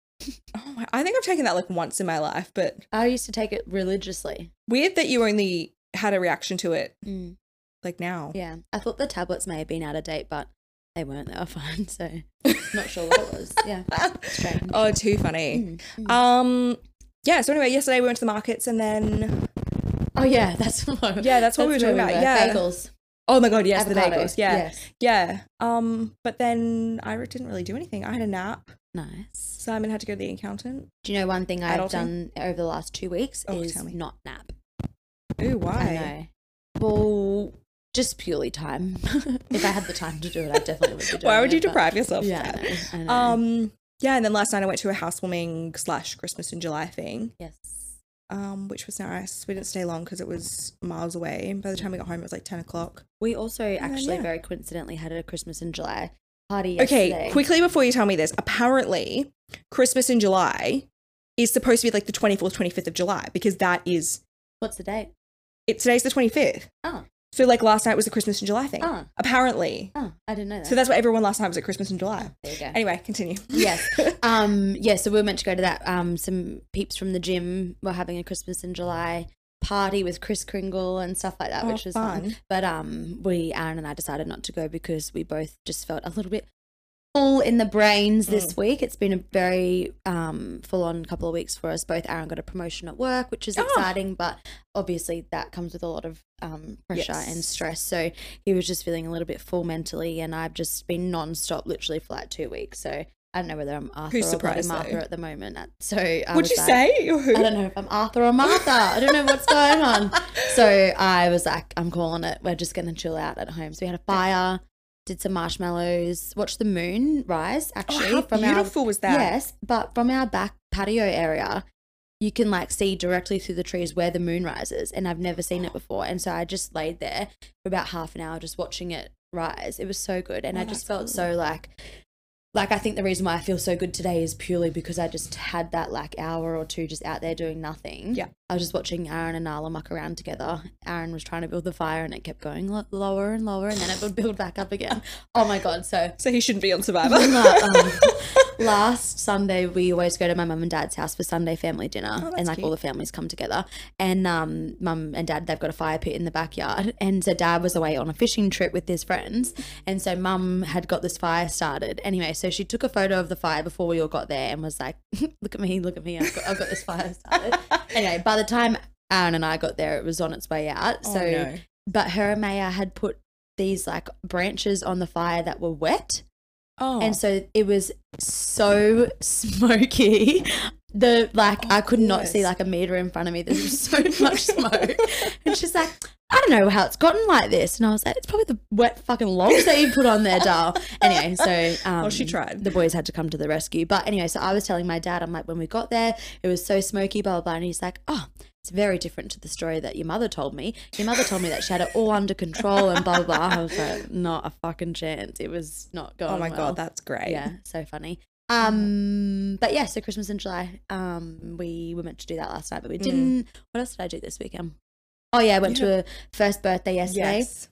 [SPEAKER 2] Oh my, I think I've taken that like once in my life, but
[SPEAKER 1] I used to take it religiously.
[SPEAKER 2] weird that you only had a reaction to it
[SPEAKER 1] Mm,
[SPEAKER 2] like now.
[SPEAKER 1] yeah, I thought the tablets may have been out of date, but they weren't. They were (laughs) fine. So not sure what it was.
[SPEAKER 2] (laughs)
[SPEAKER 1] Yeah, strange.
[SPEAKER 2] oh, too funny.
[SPEAKER 1] Mm, mm.
[SPEAKER 2] Um, yeah. So anyway, yesterday we went to the markets and then
[SPEAKER 1] oh yeah, that's (laughs) what.
[SPEAKER 2] yeah, that's what we were
[SPEAKER 1] that's
[SPEAKER 2] talking
[SPEAKER 1] where
[SPEAKER 2] about.
[SPEAKER 1] were.
[SPEAKER 2] Yeah.
[SPEAKER 1] bagels.
[SPEAKER 2] Oh my god, yes, the
[SPEAKER 1] avocado.
[SPEAKER 2] bagels. Yeah,
[SPEAKER 1] Yes.
[SPEAKER 2] yeah. Um, but then I didn't really do anything. I had a nap.
[SPEAKER 1] Nice.
[SPEAKER 2] Simon had to go to the accountant.
[SPEAKER 1] Do you know one thing
[SPEAKER 2] Adulting.
[SPEAKER 1] I've done over the last two weeks
[SPEAKER 2] Oh,
[SPEAKER 1] is
[SPEAKER 2] tell me.
[SPEAKER 1] not nap.
[SPEAKER 2] Ooh, why?
[SPEAKER 1] I know. Well, just purely time. (laughs) if I had the time to do it, I definitely would be doing it.
[SPEAKER 2] Why would you
[SPEAKER 1] but-
[SPEAKER 2] deprive yourself? of
[SPEAKER 1] Yeah,
[SPEAKER 2] that?
[SPEAKER 1] I know. I know.
[SPEAKER 2] Um, yeah, and then last night I went to a housewarming slash Christmas in July thing,
[SPEAKER 1] yes.
[SPEAKER 2] um, which was nice. We didn't stay long because it was miles away. And by the time we got home, it was like ten o'clock.
[SPEAKER 1] We also actually
[SPEAKER 2] yeah.
[SPEAKER 1] very coincidentally had a Christmas in July party
[SPEAKER 2] Okay,
[SPEAKER 1] yesterday.
[SPEAKER 2] quickly before you tell me this, apparently Christmas in July is supposed to be like the twenty fourth, twenty fifth of July because that is
[SPEAKER 1] What's the date?
[SPEAKER 2] it. Today's the twenty fifth,
[SPEAKER 1] Oh,
[SPEAKER 2] so like last night was the Christmas in July thing.
[SPEAKER 1] Ah.
[SPEAKER 2] Apparently,
[SPEAKER 1] oh, I didn't know that.
[SPEAKER 2] so that's why everyone last night was at Christmas in July.
[SPEAKER 1] there you go.
[SPEAKER 2] Anyway, continue. (laughs)
[SPEAKER 1] yes. Um, yeah, so we were meant to go to that. Um, some peeps from the gym were having a Christmas in July party with Chris Kringle and stuff like that,
[SPEAKER 2] Oh,
[SPEAKER 1] which was fun.
[SPEAKER 2] fun.
[SPEAKER 1] But um, we, Aaron and I, decided not to go because we both just felt a little bit full in the brains this
[SPEAKER 2] Mm.
[SPEAKER 1] week. It's been a very um, full on couple of weeks for us. Both Aaron got a promotion at work, which is
[SPEAKER 2] Oh.
[SPEAKER 1] exciting, but obviously that comes with a lot of um, pressure and
[SPEAKER 2] Yes.
[SPEAKER 1] stress. So he was just feeling a little bit full mentally, and I've just been non-stop literally for like two weeks. So I don't know whether I'm Arthur or bloody
[SPEAKER 2] surprised, though?
[SPEAKER 1] Martha at the moment. So I
[SPEAKER 2] Would
[SPEAKER 1] was
[SPEAKER 2] you
[SPEAKER 1] like,
[SPEAKER 2] (laughs) say you're who?
[SPEAKER 1] I don't know if I'm Arthur or Martha. I don't know what's going on. So I was like, I'm calling it. We're just gonna chill out at home. So we had a fire, did some marshmallows, watched the moon rise.
[SPEAKER 2] Oh,
[SPEAKER 1] Actually,
[SPEAKER 2] how
[SPEAKER 1] from our
[SPEAKER 2] beautiful was that?
[SPEAKER 1] Yes, but from our back patio area, you can like see directly through the trees where the moon rises, and I've never seen it before. And so I just laid there for about half an hour just watching it rise. It was so good, and
[SPEAKER 2] Oh,
[SPEAKER 1] I just
[SPEAKER 2] that's
[SPEAKER 1] felt so like. Like I think the reason why I feel so good today is purely because I just had that like hour or two just out there doing nothing.
[SPEAKER 2] Yeah.
[SPEAKER 1] I was just watching Aaron and Nala muck around together. Aaron was trying to build the fire and it kept going lo- lower and lower and then it would build back up again. Oh my god, so
[SPEAKER 2] So he shouldn't be on
[SPEAKER 1] (laughs)
[SPEAKER 2] Survivor. (laughs)
[SPEAKER 1] like, um, last Sunday, we always go to my mum and dad's house for Sunday family dinner,
[SPEAKER 2] Oh, that's
[SPEAKER 1] and like all the
[SPEAKER 2] cute.
[SPEAKER 1] families come together. And um, mum and dad, they've got a fire pit in the backyard, and so dad was away on a fishing trip with his friends, and so mum had got this fire started. Anyway, so she took a photo of the fire before we all got there, and was like, (laughs) "Look at me, look at me, I've got, I've got this fire
[SPEAKER 2] (laughs)
[SPEAKER 1] started." anyway, by the time Aaron and I got there, it was on its way out.
[SPEAKER 2] Oh,
[SPEAKER 1] So
[SPEAKER 2] no.
[SPEAKER 1] but her and Maya had put these like branches on the fire that were wet.
[SPEAKER 2] Oh.
[SPEAKER 1] And so it was so smoky. The like
[SPEAKER 2] Oh,
[SPEAKER 1] I could not see
[SPEAKER 2] course.
[SPEAKER 1] like a meter in front of me. There was
[SPEAKER 2] (laughs)
[SPEAKER 1] so much smoke. And she's like, I don't know how it's gotten like this. And I was like, it's probably the wet fucking logs that you put on there,
[SPEAKER 2] (laughs)
[SPEAKER 1] doll. Anyway, so um,
[SPEAKER 2] Well, she tried.
[SPEAKER 1] The boys had to come to the rescue. But anyway, so I was telling my dad, I'm like, when we got there, it was so smoky, blah blah blah. And he's like, oh. It's very different to the story that your mother told me. Your mother told me that she had it all under control and blah blah. blah. I was like, not a fucking chance. It was not going.
[SPEAKER 2] oh my
[SPEAKER 1] well.
[SPEAKER 2] god, that's great.
[SPEAKER 1] Yeah, so funny. Um, but yeah, so Christmas in July. Um, we were meant to do that last night, but we
[SPEAKER 2] Mm.
[SPEAKER 1] didn't. What else did I do this weekend? Oh yeah, I went
[SPEAKER 2] You
[SPEAKER 1] to a first birthday yesterday.
[SPEAKER 2] Yes.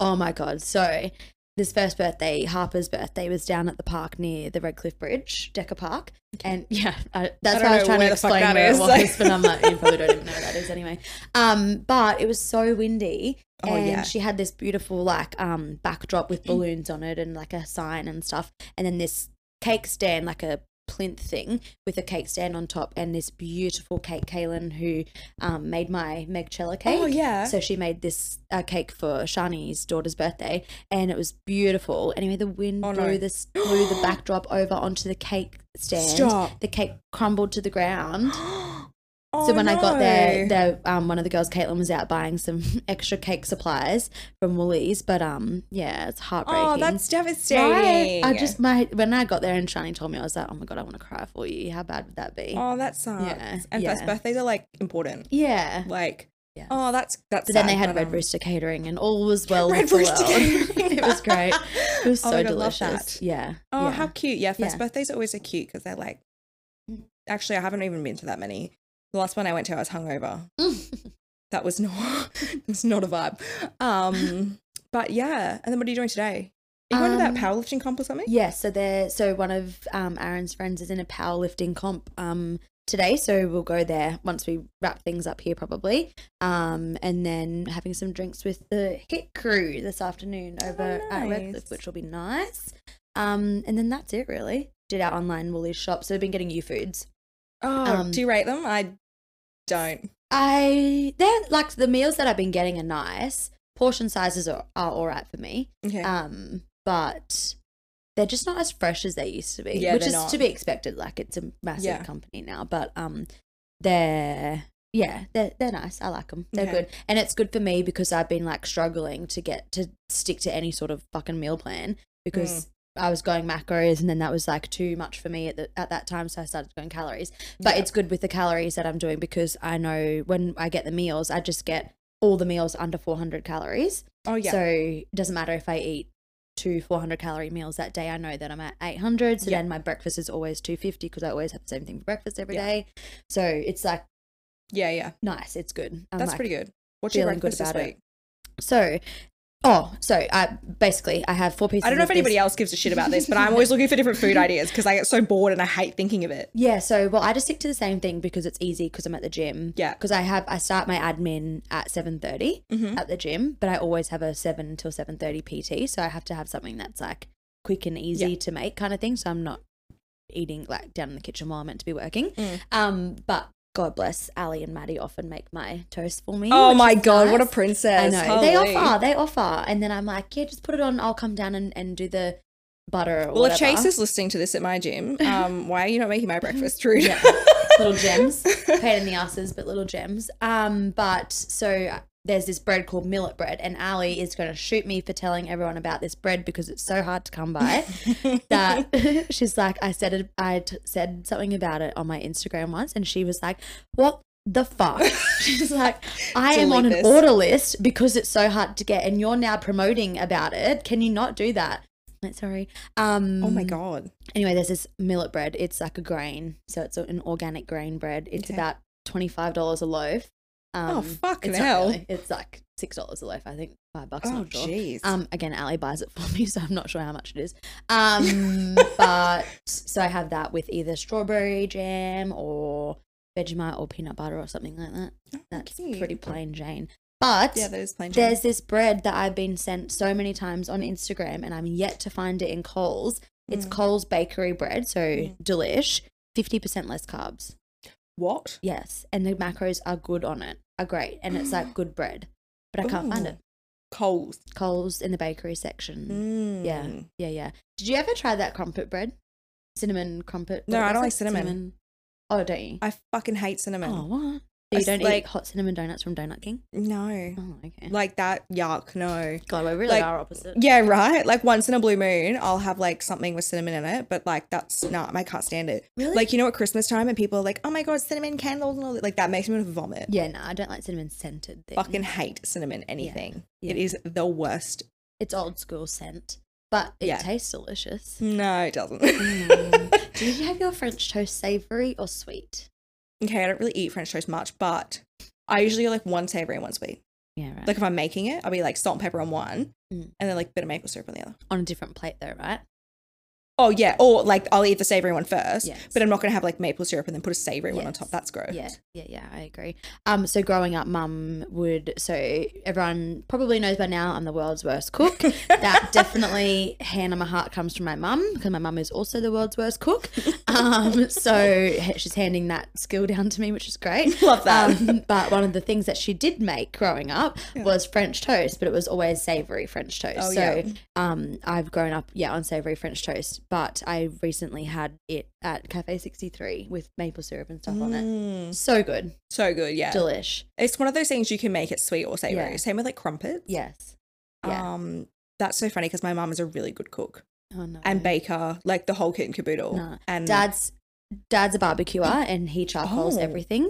[SPEAKER 1] Oh my god, so this first birthday, Harper's birthday, was down at the park near the Redcliffe Bridge, Decker Park. And yeah, I, that's
[SPEAKER 2] don't
[SPEAKER 1] why I was
[SPEAKER 2] know
[SPEAKER 1] trying to
[SPEAKER 2] where the fuck
[SPEAKER 1] explain
[SPEAKER 2] that
[SPEAKER 1] where
[SPEAKER 2] is,
[SPEAKER 1] it was,
[SPEAKER 2] like-
[SPEAKER 1] but I'm like, you probably don't even know where that is anyway. Um, but it was so windy.
[SPEAKER 2] Oh,
[SPEAKER 1] and
[SPEAKER 2] yeah.
[SPEAKER 1] she had this beautiful like um backdrop with balloons on it and like a sign and stuff. And then this cake stand, like a plinth thing with a cake stand on top and this beautiful cake Kaylin who um, made my Megcella cake.
[SPEAKER 2] Oh, yeah.
[SPEAKER 1] So she made this uh, cake for Shani's daughter's birthday, and it was beautiful. Anyway, the wind
[SPEAKER 2] Oh, no.
[SPEAKER 1] blew this blew the
[SPEAKER 2] (gasps)
[SPEAKER 1] backdrop over onto the cake stand.
[SPEAKER 2] Stop. (gasps)
[SPEAKER 1] The cake crumbled to the ground.
[SPEAKER 2] Oh,
[SPEAKER 1] So when I got there,
[SPEAKER 2] no.
[SPEAKER 1] the, um, one of the girls, Caitlin, was out buying some (laughs) extra cake supplies from Woolies. But um, yeah, it's heartbreaking.
[SPEAKER 2] oh, that's
[SPEAKER 1] Right?
[SPEAKER 2] devastating.
[SPEAKER 1] I just my when I got there and Shani told me, I was like, oh my god, I want to cry for you. How bad would that be?
[SPEAKER 2] oh, that sucks.
[SPEAKER 1] Yeah,
[SPEAKER 2] and first
[SPEAKER 1] yeah.
[SPEAKER 2] birthdays are like important.
[SPEAKER 1] yeah.
[SPEAKER 2] Like,
[SPEAKER 1] Yeah.
[SPEAKER 2] oh, that's that's.
[SPEAKER 1] But then they
[SPEAKER 2] sad,
[SPEAKER 1] had
[SPEAKER 2] but,
[SPEAKER 1] Red
[SPEAKER 2] um,
[SPEAKER 1] Rooster catering, and all was well
[SPEAKER 2] (laughs)
[SPEAKER 1] with
[SPEAKER 2] Red
[SPEAKER 1] the
[SPEAKER 2] Rooster
[SPEAKER 1] world. (laughs)
[SPEAKER 2] catering.
[SPEAKER 1] it was great. It was (laughs)
[SPEAKER 2] (laughs) Oh
[SPEAKER 1] so
[SPEAKER 2] my God, love
[SPEAKER 1] delicious.
[SPEAKER 2] that.
[SPEAKER 1] Yeah.
[SPEAKER 2] Oh,
[SPEAKER 1] yeah. (gasps)
[SPEAKER 2] how cute! Yeah, first
[SPEAKER 1] Yeah.
[SPEAKER 2] birthdays are always are cute because they're like.
[SPEAKER 1] Mm.
[SPEAKER 2] Actually, I haven't even been to that many. The last one I went to, I was hungover. That was (laughs) not. it was not a vibe.
[SPEAKER 1] (laughs)
[SPEAKER 2] Um, but yeah, and then what are you doing today? Are you going to that
[SPEAKER 1] Um,
[SPEAKER 2] powerlifting comp or something?
[SPEAKER 1] yeah. So there. So one of um, Aaron's friends is in a powerlifting comp um, today. So we'll go there once we wrap things up here, probably. Um, and then having some drinks with the hit crew this afternoon over at
[SPEAKER 2] nice.
[SPEAKER 1] Redcliffe, which will be Oh, nice. Um, and then that's it really. Did our online Woolies shop. So we've been getting U foods.
[SPEAKER 2] Oh,
[SPEAKER 1] um,
[SPEAKER 2] do you rate them? I don't.
[SPEAKER 1] I they're like the meals that I've been getting are nice. Portion sizes are, are all right for me.
[SPEAKER 2] Okay.
[SPEAKER 1] Um, but they're just not as fresh as they used to be,
[SPEAKER 2] Yeah,
[SPEAKER 1] which
[SPEAKER 2] they're
[SPEAKER 1] is
[SPEAKER 2] not.
[SPEAKER 1] to be expected. Like it's a massive
[SPEAKER 2] Yeah.
[SPEAKER 1] company now, but um, they're yeah, they're they're nice. I like them. They're
[SPEAKER 2] Okay.
[SPEAKER 1] good, and it's good for me because I've been like struggling to get to stick to any sort of fucking meal plan
[SPEAKER 2] Mm.
[SPEAKER 1] because. I was going macros, and then that was like too much for me at the, at that time, so I started going calories. But
[SPEAKER 2] Yeah.
[SPEAKER 1] it's good with the calories that I'm doing because I know when I get the meals, I just get all the meals under 400 calories.
[SPEAKER 2] oh yeah.
[SPEAKER 1] So it doesn't matter if I eat two 400 calorie meals that day. I know that I'm at 800. So
[SPEAKER 2] Yeah.
[SPEAKER 1] then my breakfast is always 250 because I always have the same thing for breakfast every
[SPEAKER 2] Yeah.
[SPEAKER 1] day. So it's like
[SPEAKER 2] yeah, yeah.
[SPEAKER 1] nice. It's good. I'm
[SPEAKER 2] That's
[SPEAKER 1] like-
[SPEAKER 2] pretty good. What's your
[SPEAKER 1] feeling um, good
[SPEAKER 2] breakfast this
[SPEAKER 1] about it.
[SPEAKER 2] week?
[SPEAKER 1] So, oh, so I basically I have four pieces.
[SPEAKER 2] I don't know
[SPEAKER 1] of
[SPEAKER 2] if anybody
[SPEAKER 1] this-
[SPEAKER 2] else gives a shit about this, but I'm always looking for different food ideas because I get so bored and I hate thinking of it.
[SPEAKER 1] Yeah, so well, I just stick to the same thing because it's easy because I'm at the gym.
[SPEAKER 2] Yeah.
[SPEAKER 1] because I have I start my admin at seven
[SPEAKER 2] Mhm.
[SPEAKER 1] at the gym, but I always have a seven till seven thirty PT, so I have to have something that's like quick and easy
[SPEAKER 2] Yeah.
[SPEAKER 1] to make kind of thing. So I'm not eating like down in the kitchen while I'm meant to be working.
[SPEAKER 2] Mm.
[SPEAKER 1] Um, but God bless Ali and Maddie often make my toast for me.
[SPEAKER 2] Oh
[SPEAKER 1] which
[SPEAKER 2] my
[SPEAKER 1] is
[SPEAKER 2] god, what a
[SPEAKER 1] nice.
[SPEAKER 2] princess!
[SPEAKER 1] I know. They
[SPEAKER 2] Holy.
[SPEAKER 1] offer, they offer. And then I'm like, yeah, just put it on. I'll come down and, and do the butter or
[SPEAKER 2] Well, if
[SPEAKER 1] whatever.
[SPEAKER 2] Chase is listening to this at
[SPEAKER 1] (laughs)
[SPEAKER 2] my gym, um, why are you not making my breakfast, Drew? (laughs)
[SPEAKER 1] Yeah. little gems. Pain in the asses, but little gems. Um, but so uh, there's this bread called millet bread, and Ali is going to shoot me for telling everyone about this bread because it's so hard to come
[SPEAKER 2] (laughs)
[SPEAKER 1] by. that (laughs) she's like, I said it, I t- said something about it on my Instagram once, and she was like, "What the fuck?"
[SPEAKER 2] (laughs)
[SPEAKER 1] She's like, "I am on an
[SPEAKER 2] Delete this.
[SPEAKER 1] order list because it's so hard to get, and you're now promoting about it. Can you not do that?" I'm like, Sorry. Um,
[SPEAKER 2] oh my god.
[SPEAKER 1] Anyway, there's this millet bread. It's like a grain, so it's an organic grain bread. It's
[SPEAKER 2] Okay.
[SPEAKER 1] about twenty five dollars a loaf. Um,
[SPEAKER 2] oh fucking
[SPEAKER 1] it's not
[SPEAKER 2] hell.
[SPEAKER 1] really. It's like six dollars a loaf. I think five bucks.
[SPEAKER 2] Oh
[SPEAKER 1] not sure.
[SPEAKER 2] jeez.
[SPEAKER 1] Um, again, Ali buys it for (laughs) me, so I'm not sure how much it is. Um, but so I have that with either strawberry jam or Vegemite or peanut butter or something like that. That's
[SPEAKER 2] Okay.
[SPEAKER 1] pretty plain Jane. But
[SPEAKER 2] Oh, Yeah, that is plain. Jane.
[SPEAKER 1] there's this bread that I've been sent so many times on Instagram, and I'm yet to find it in Coles. It's
[SPEAKER 2] Mm.
[SPEAKER 1] Coles bakery bread, so
[SPEAKER 2] Mm.
[SPEAKER 1] delish. Fifty percent less carbs.
[SPEAKER 2] What?
[SPEAKER 1] Yes, and the macros are good on it. Are great, and it's
[SPEAKER 2] (gasps)
[SPEAKER 1] like good bread, but I can't find
[SPEAKER 2] Ooh.
[SPEAKER 1] it.
[SPEAKER 2] Coles.
[SPEAKER 1] Coles in the bakery section. Yeah.
[SPEAKER 2] Mm.
[SPEAKER 1] Yeah, yeah. Did you ever try that crumpet bread? Cinnamon crumpet.
[SPEAKER 2] No,
[SPEAKER 1] what
[SPEAKER 2] I don't
[SPEAKER 1] was
[SPEAKER 2] like
[SPEAKER 1] it?
[SPEAKER 2] cinnamon.
[SPEAKER 1] Oh, don't you?
[SPEAKER 2] I fucking hate cinnamon.
[SPEAKER 1] Oh, what? So you
[SPEAKER 2] It's
[SPEAKER 1] don't
[SPEAKER 2] like-
[SPEAKER 1] eat hot cinnamon donuts from Donut King?
[SPEAKER 2] No.
[SPEAKER 1] Oh, okay.
[SPEAKER 2] Like that. Yuck. No.
[SPEAKER 1] God, we really
[SPEAKER 2] like-
[SPEAKER 1] are opposite.
[SPEAKER 2] Yeah, right. Like once in a blue moon, I'll have like something with cinnamon in it, but like that's not. I can't stand it.
[SPEAKER 1] Really?
[SPEAKER 2] Like you know at Christmas time, and people are like, "Oh my god, cinnamon candles and all that." Like that makes me want to vomit.
[SPEAKER 1] Yeah, no, I don't like cinnamon scented things.
[SPEAKER 2] Fucking hate cinnamon anything.
[SPEAKER 1] Yeah.
[SPEAKER 2] It is the worst.
[SPEAKER 1] It's old school scent, but it
[SPEAKER 2] Yeah.
[SPEAKER 1] tastes
[SPEAKER 2] (laughs)
[SPEAKER 1] delicious.
[SPEAKER 2] No, it
[SPEAKER 1] (laughs)
[SPEAKER 2] doesn't.
[SPEAKER 1] Mm. Did you have your French toast savory or sweet?
[SPEAKER 2] okay, I don't really eat French toast much, but I usually go like one savory and one sweet.
[SPEAKER 1] Yeah, right.
[SPEAKER 2] Like if I'm making it, I'll be like salt and pepper on one,
[SPEAKER 1] Mm.
[SPEAKER 2] and then like a bit of maple syrup on the other.
[SPEAKER 1] on a different plate though, right?
[SPEAKER 2] Oh yeah, or like I'll eat the savory one first,
[SPEAKER 1] Yes.
[SPEAKER 2] but I'm not gonna have like maple syrup and then put a savory one on
[SPEAKER 1] Yes.
[SPEAKER 2] top. That's gross.
[SPEAKER 1] Yeah, yeah, yeah, I agree. Um, so growing up, mum would so everyone probably knows by now I'm the world's worst cook.
[SPEAKER 2] (laughs)
[SPEAKER 1] that definitely hand on my heart comes from my mum because my mum is also the world's worst cook. Um, so he- she's handing that skill down to me, which is great.
[SPEAKER 2] (laughs) Love that.
[SPEAKER 1] Um, but one of the things that she did make growing up was French toast, but it was always savory French toast.
[SPEAKER 2] Oh,
[SPEAKER 1] so
[SPEAKER 2] yeah.
[SPEAKER 1] um, I've grown up, yeah, on savory French toast, but I recently had it at Cafe 63 with maple syrup and stuff on it.
[SPEAKER 2] Mm,
[SPEAKER 1] So good.
[SPEAKER 2] so good, yeah.
[SPEAKER 1] Delish.
[SPEAKER 2] it's one of those things you can make it sweet or savory.
[SPEAKER 1] Yeah.
[SPEAKER 2] Same with like crumpets.
[SPEAKER 1] Yes. Yeah.
[SPEAKER 2] Um, that's so funny because my mum is a really good cook
[SPEAKER 1] Oh no.
[SPEAKER 2] and baker, like the whole kit and caboodle.
[SPEAKER 1] No.
[SPEAKER 2] And
[SPEAKER 1] Dad's dad's a barbecuer and he charcoals (laughs)
[SPEAKER 2] Oh.
[SPEAKER 1] everything.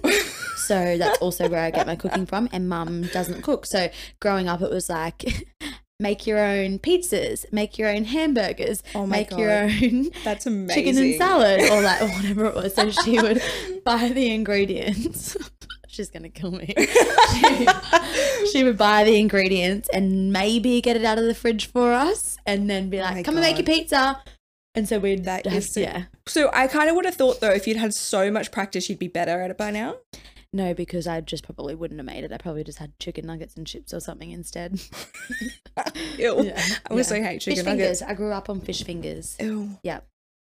[SPEAKER 1] So that's also where I get my cooking from. And mum doesn't cook. So growing up it was like (laughs) make your own pizzas, make your own hamburgers,
[SPEAKER 2] oh my
[SPEAKER 1] make
[SPEAKER 2] god,
[SPEAKER 1] your own
[SPEAKER 2] that's amazing.
[SPEAKER 1] chicken and salad (laughs) or like or whatever it was. So she (laughs) would buy the ingredients. (laughs) She's gonna kill (laughs) me. She, she would buy the ingredients and maybe get it out of the fridge for us, and then be like,
[SPEAKER 2] my
[SPEAKER 1] "Come and make your
[SPEAKER 2] God.
[SPEAKER 1] pizza." And so we'd
[SPEAKER 2] That
[SPEAKER 1] have-
[SPEAKER 2] is so-
[SPEAKER 1] yeah.
[SPEAKER 2] So I kind of would have thought though, if you'd had so much practice, you'd be better at it by now. (laughs)
[SPEAKER 1] No, because I just probably wouldn't have made it. I probably just had chicken nuggets and chips or something instead.
[SPEAKER 2] Ew.
[SPEAKER 1] Yeah,
[SPEAKER 2] I was
[SPEAKER 1] yeah.
[SPEAKER 2] so hate
[SPEAKER 1] fish
[SPEAKER 2] chicken nuggets.
[SPEAKER 1] fingers. I grew up on fish fingers.
[SPEAKER 2] Ew,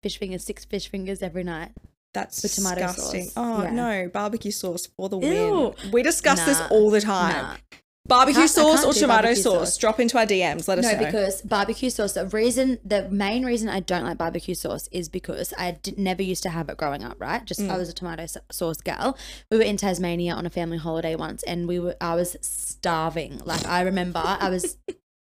[SPEAKER 1] Fish fingers, six fish fingers every night.
[SPEAKER 2] that's
[SPEAKER 1] With tomato sauce.
[SPEAKER 2] disgusting. Oh
[SPEAKER 1] Yeah.
[SPEAKER 2] no, barbecue sauce for the
[SPEAKER 1] Ew.
[SPEAKER 2] win. We discuss this
[SPEAKER 1] Nah.
[SPEAKER 2] all the time.
[SPEAKER 1] Nah.
[SPEAKER 2] Barbecue
[SPEAKER 1] Can't- I
[SPEAKER 2] sauce
[SPEAKER 1] can't
[SPEAKER 2] or
[SPEAKER 1] do
[SPEAKER 2] tomato
[SPEAKER 1] barbecue
[SPEAKER 2] sauce?
[SPEAKER 1] sauce.
[SPEAKER 2] Drop into our DMs. Let us
[SPEAKER 1] No,
[SPEAKER 2] know.
[SPEAKER 1] because barbecue sauce. The reason, the main reason I don't like barbecue sauce is because I did, never used to have it growing up. Right, just I was a tomato s- sauce gal. We were in Tasmania on a family holiday once, and we were. I was starving. Like I remember, I was.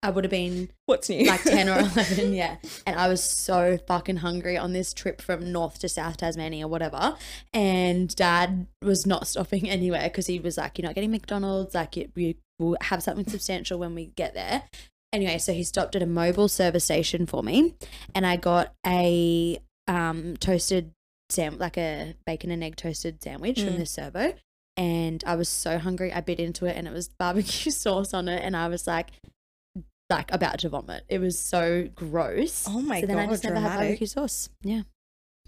[SPEAKER 1] I would have been
[SPEAKER 2] What's
[SPEAKER 1] (laughs)
[SPEAKER 2] new?
[SPEAKER 1] like ten or eleven, yeah. And I was so fucking hungry on this trip from north to south Tasmania, whatever. And Dad was not (laughs) stopping anywhere because he was like, "You're not getting McDonald's. Like, you, you will have something substantial when we get there." anyway, so he stopped at a mobile service station for me, and I got a um, toasted sam like a bacon and egg toasted sandwich from
[SPEAKER 2] Mm.
[SPEAKER 1] the servo. And I was so hungry, I bit into it, and it was (laughs) barbecue sauce on it, and I was like, like about to vomit. It was so gross.
[SPEAKER 2] (laughs) Oh my
[SPEAKER 1] so then
[SPEAKER 2] god,
[SPEAKER 1] I just never had
[SPEAKER 2] dramatic.
[SPEAKER 1] barbecue sauce. Yeah.